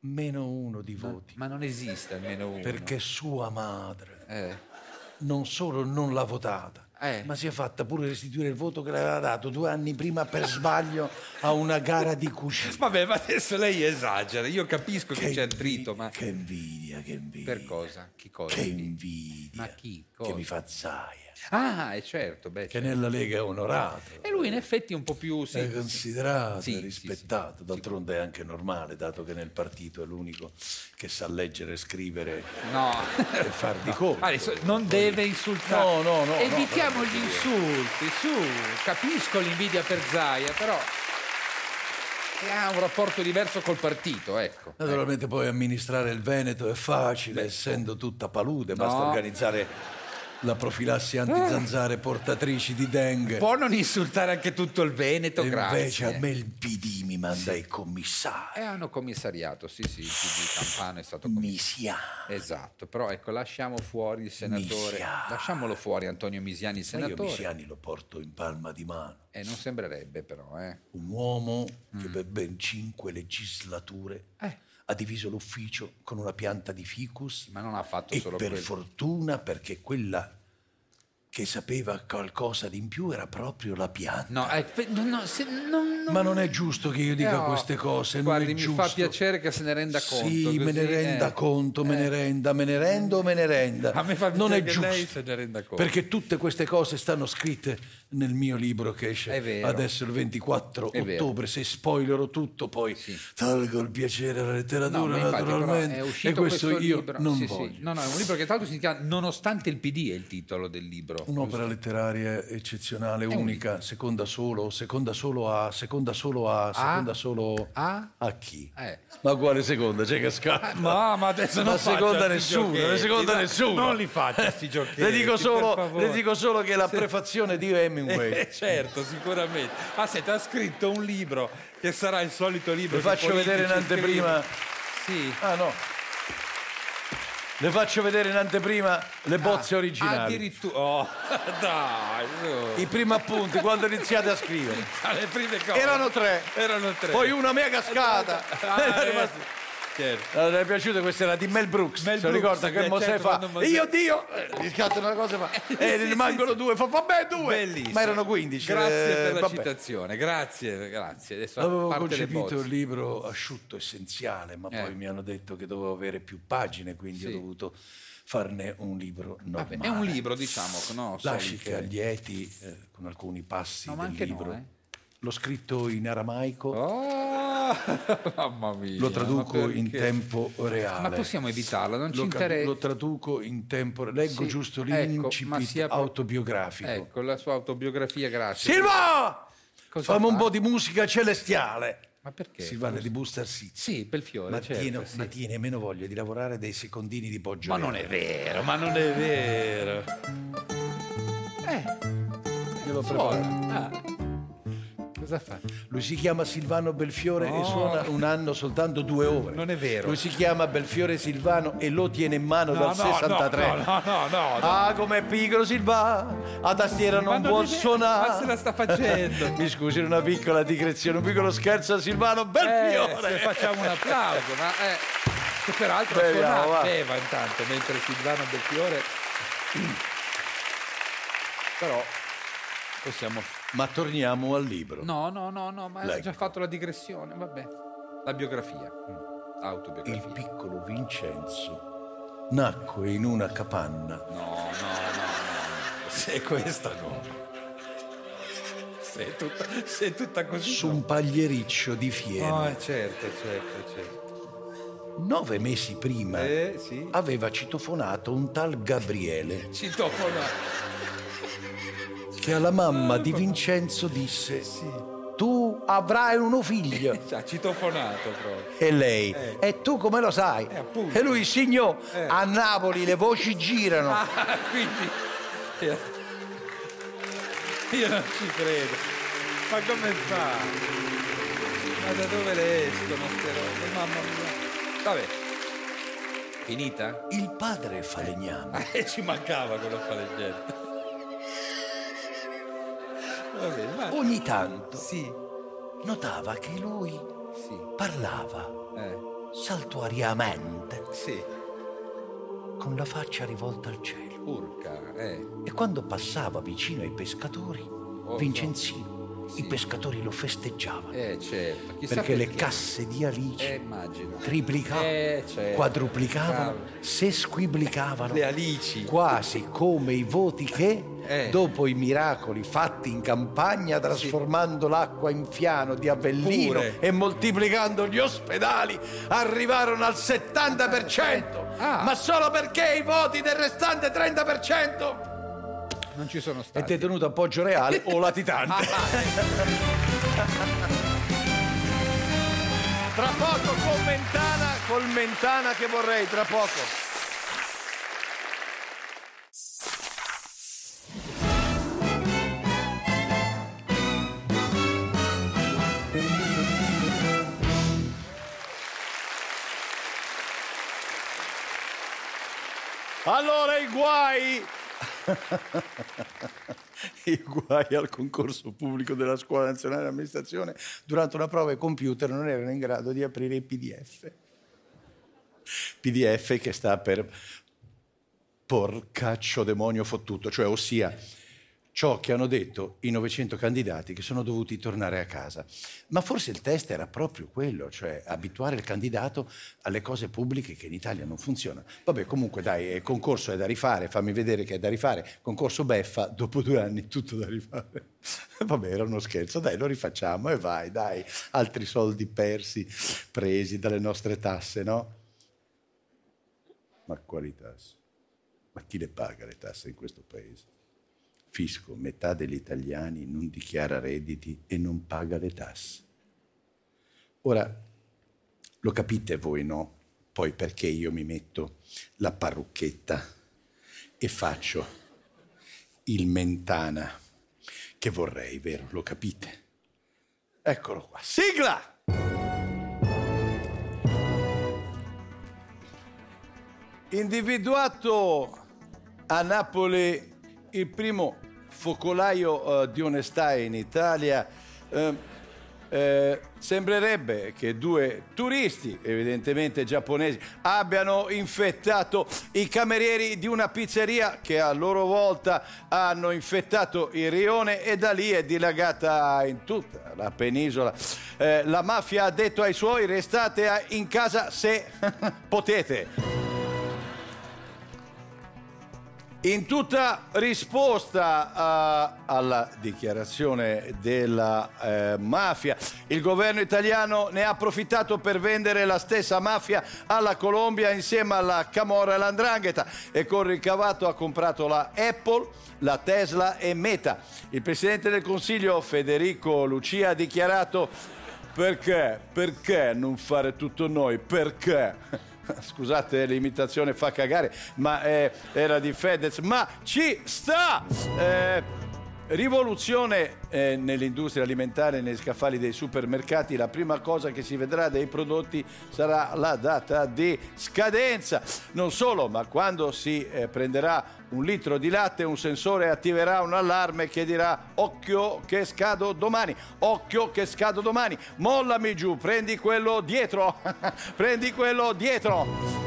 meno uno di voti. Ma non esiste almeno uno. Perché sua madre Eh, non solo non l'ha votata, ma si è fatta pure restituire il voto che le aveva dato due anni prima per sbaglio a una gara di cucina. Vabbè, ma adesso lei esagera. Io capisco che, c'è attrito, ma... Che invidia, che invidia. Per cosa? Chi cosa? Che invidia. Ma chi? Che Cosa? mi fa zaia. Ah, è certo, beh, Che certo. nella Eh, Lega è onorato. E lui in effetti è un po' più... Sì, è considerato, Sì, è rispettato, d'altronde è anche normale, dato che nel partito è l'unico che sa leggere, scrivere No. Ah, e far di conto. Adesso non deve insultare. No, no, no, Evitiamo no, gli insulti, su. Capisco l'invidia per Zaia, però che ha un rapporto diverso col partito, ecco. Naturalmente poi amministrare il Veneto è facile, essendo tutta palude, basta No. organizzare la profilassi antizanzare portatrici di dengue. Può non insultare anche tutto il Veneto, E grazie. invece a me il PD mi manda i commissari. Eh, hanno commissariato, sì, sì, il PD Campano è stato commissario. Esatto, però ecco, lasciamo fuori il senatore. Misiani. Lasciamolo fuori Antonio Misiani, il Ma io senatore. Misiani lo porto in palma di mano. Eh, non sembrerebbe però, eh. un uomo Mm. che per ben cinque legislature Eh. ha diviso l'ufficio con una pianta di ficus. Ma non ha fatto e solo per quello. fortuna, perché quella che sapeva qualcosa di in più era proprio la pianta. No, eh, fe- no, no, se- no, no. Ma non è giusto che io dica No, queste cose, Guardi, non è mi giusto. fa piacere che se ne renda conto. sì, me ne così, renda eh. conto, me ne renda, me ne rendo, me ne renda. A me fa non piacere è che giusto. lei se ne renda conto. Perché tutte queste cose stanno scritte nel mio libro che È esce vero. adesso il 24 È vero. ottobre. Se spoilerò tutto, poi tolgo il piacere alla No, letteratura, ma infatti, però, naturalmente. è e uscito questo, io libro. non Sì, sì. voglio. No, no, è un libro che tra l'altro si chiama Nonostante il PD è il titolo del libro. Un'opera letteraria eccezionale, unica, seconda solo, seconda solo a, seconda solo a, seconda solo a? a chi? Eh. Ma quale seconda? C'è cascata. No, ma adesso non la faccia seconda sti nessuno, la giochetti, seconda dai, nessuno. Non li faccia questi giochetti. Le dico, Eh, per solo, favore. le dico solo che la prefazione di Hemingway. Eh, certo, sicuramente. Ah, senti, ha scritto un libro che sarà il solito libro. Le che faccio vedere in politici anteprima. Sì. Ah no. Le faccio vedere in anteprima le bozze Ah, originali. Addirittura. Oh, dai. su. I primi appunti quando iniziate a scrivere. Ah, le prime cose. Erano tre. Erano tre. Poi una mia cascata. Ah, Era eh, rimasto- certo. Allora, le è piaciuta questa era di Mel Brooks. Mel Se lo Brooks, ricorda che eh, Mosè certo, fa. quando Mosè- Eh, Io Dio! eh, Gli scatta una cosa e fa. E ne rimangono due. Fa vabbè due. Bellissimo. Ma erano 15. Grazie eh, per la vabbè. citazione, grazie, grazie. Adesso Avevo Cioè, parte le concepito bozze. il libro asciutto, essenziale, ma Eh. poi mi hanno detto che dovevo avere più pagine, quindi ho Sì. dovuto farne un libro Vabbè, normale. è un libro, diciamo, no, Lasci solito. che Aglieti, eh, con alcuni passi No, ma del anche no, libro, eh. l'ho scritto in aramaico, Oh, Mamma mia. Lo traduco ma in perché? tempo reale. Ma possiamo evitarla, non ci Lo ca- interessa. Lo traduco in tempo Leggo Sì, giusto ecco, ma l'incipit sia- autobiografico. Ecco, la sua autobiografia, grazie. Silva! Cosa Fammi un fa? po' di musica celestiale. Ma perché? Silvana di Buster City. Sì, bel fiore. Ma certo, tiene, sì. ma tiene meno voglia di lavorare dei secondini di Poggio. Ma non è vero, ma non è vero. Glielo Suona. Eh, preparo. Ah. Cosa fa? Lui si chiama Silvano Belfiore No. e suona un anno soltanto due ore. Non è vero. Lui si chiama Belfiore Silvano e lo tiene in mano No, dal no, 63. no, no, no, no, no. Ah, com'è piccolo Silvano, a tastiera Ma non non può è vero, suonare. ma se la sta facendo. Mi scusi, era una piccola digressione, un piccolo scherzo a Silvano Belfiore. Eh, se facciamo un applauso, ma eh, che peraltro Beviamo, suona- va. beva intanto, mentre Silvano Belfiore... Però possiamo... Ma torniamo al libro. No, no, no, no, ma hai Leggo. già fatto la digressione, vabbè. La biografia, autobiografia. Il piccolo Vincenzo nacque in una capanna. No, no, no. Se questa no. Sei tutta, sei tutta così. Su un pagliericcio di fieno. No, eh, certo, certo, certo. Nove mesi prima Eh, aveva citofonato un tal Gabriele Citofono. che alla mamma di Vincenzo disse tu avrai uno figlio Ci ha Cioè, citofonato proprio. e lei Eh. e tu come lo sai appunto. e lui signò Eh. a Napoli le voci girano Ah, eh. quindi... Io io non ci credo. Ma come fa? Ma da dove le escono ste robe? Mamma mia. Vabbè. Finita? il padre falegname Ah, e ci mancava quello falegnetto. Vabbè, ma... ogni tanto Sì. notava che lui parlava Eh. saltuariamente con la faccia rivolta al cielo eh. e quando passava vicino ai pescatori Oh, Oh, Vincenzino i pescatori lo festeggiavano Eh, certo. Chissà perché le casse di Alice Eh, immagino. triplicavano, Eh, certo. quadruplicavano, Bravo. sesquiblicavano. Le alici. Quasi come i voti che, Eh. dopo i miracoli fatti in campagna, trasformando l'acqua in fiano di Avellino Pure. e moltiplicando gli ospedali, arrivarono al 70%. Ah. Ma solo perché i voti del restante 30%? Non ci sono È stati. detenuto a Poggio Reale o Ah, latitante. Ah, Tra poco con Mentana, col Mentana che vorrei, tra poco. Allora i guai i guai al concorso pubblico della Scuola Nazionale di Amministrazione durante una prova ai computer non erano in grado di aprire il PDF. PDF che sta per porcaccio demonio fottuto, cioè ossia ciò che hanno detto i 900 candidati che sono dovuti tornare a casa. Ma forse il test era proprio quello, cioè abituare il candidato alle cose pubbliche che in Italia non funzionano. Vabbè, comunque dai, eh, concorso è da rifare, fammi vedere che è da rifare. Concorso beffa, dopo due anni tutto da rifare. Vabbè, era uno scherzo, dai, lo rifacciamo e vai, dai. Altri soldi persi, presi dalle nostre tasse, no? Ma quali tasse? Ma chi le paga le tasse in questo paese? Fisco, metà degli italiani non dichiara redditi e non paga le tasse. Ora, lo capite voi, no? Poi perché io mi metto la parrucchetta e faccio il mentana che vorrei, vero? Lo capite? Eccolo qua. Sigla! individuato a Napoli il primo focolaio eh, di onestà in Italia. Eh, eh, sembrerebbe che due turisti, evidentemente giapponesi, abbiano infettato i camerieri di una pizzeria che a loro volta hanno infettato il rione e da lì è dilagata in tutta la penisola. Eh, la mafia ha detto ai suoi restate a- in casa se potete. In tutta risposta a- alla dichiarazione della eh, mafia, il governo italiano ne ha approfittato per vendere la stessa mafia alla Colombia insieme alla Camorra e all'Andrangheta e con ricavato ha comprato la Apple, la Tesla e Meta. Il presidente del Consiglio Federico Lucia ha dichiarato perché? Perché non fare tutto noi? Perché? Scusate, l'imitazione fa cagare, ma eh, era di Fedez. Ma ci sta! Eh, rivoluzione eh, nell'industria alimentare, nei scaffali dei supermercati. La prima cosa che si vedrà dei prodotti sarà la data di scadenza. Non solo, ma quando si eh, prenderà un litro di latte, un sensore attiverà un allarme che dirà occhio che scado domani, occhio che scado domani, mollami giù, prendi quello dietro, prendi quello dietro.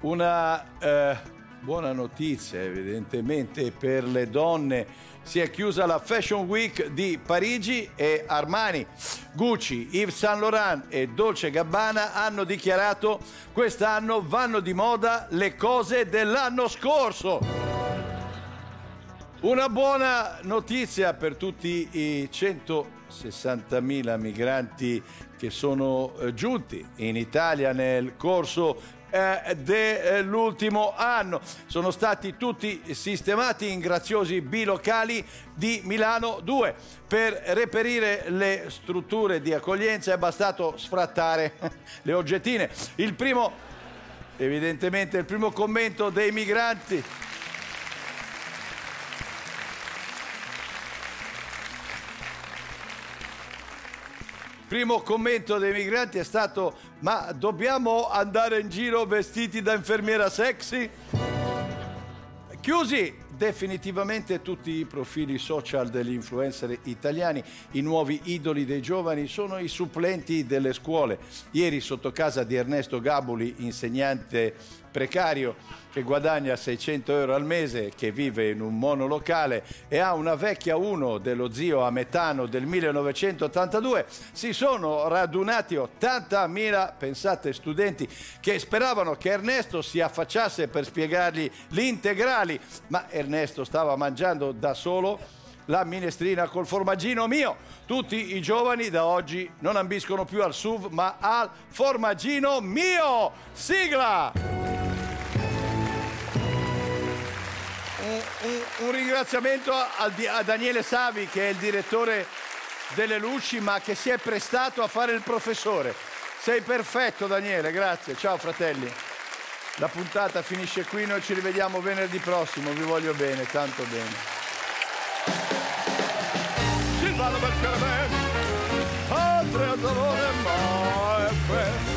Una eh, buona notizia evidentemente per le donne. Si è chiusa la Fashion Week di Parigi e Armani, Gucci, Yves Saint Laurent e Dolce Gabbana hanno dichiarato quest'anno vanno di moda le cose dell'anno scorso. Una buona notizia per tutti i 160.000 migranti che sono eh, giunti in Italia nel corso eh, dell'ultimo anno. Sono stati tutti sistemati in graziosi bilocali di Milano 2. Per reperire le strutture di accoglienza è bastato sfrattare le oggettine. Il primo, evidentemente, il primo commento dei migranti primo commento dei migranti è stato ma dobbiamo andare in giro vestiti da infermiera sexy? Chiusi definitivamente tutti i profili social degli influencer italiani, i nuovi idoli dei giovani sono i supplenti delle scuole. Ieri sotto casa di Ernesto Gabuli, insegnante precario che guadagna 600 euro al mese, che vive in un monolocale e ha una vecchia 1 dello zio Ametano del 1982, si sono radunati 80.000, pensate, studenti che speravano che Ernesto si affacciasse per spiegargli gli integrali, ma Ernesto stava mangiando da solo la minestrina col formaggino mio. Tutti i giovani da oggi non ambiscono più al SUV ma al formaggino mio. Sigla! Un, un- un ringraziamento a, Di- a Daniele Savi che è il direttore delle luci ma che si è prestato a fare il professore. Sei perfetto Daniele, grazie. Ciao fratelli. La puntata finisce qui, noi ci rivediamo venerdì prossimo, vi voglio bene, tanto bene. Silvano Bercherme, Andrea Zalone, Maefe.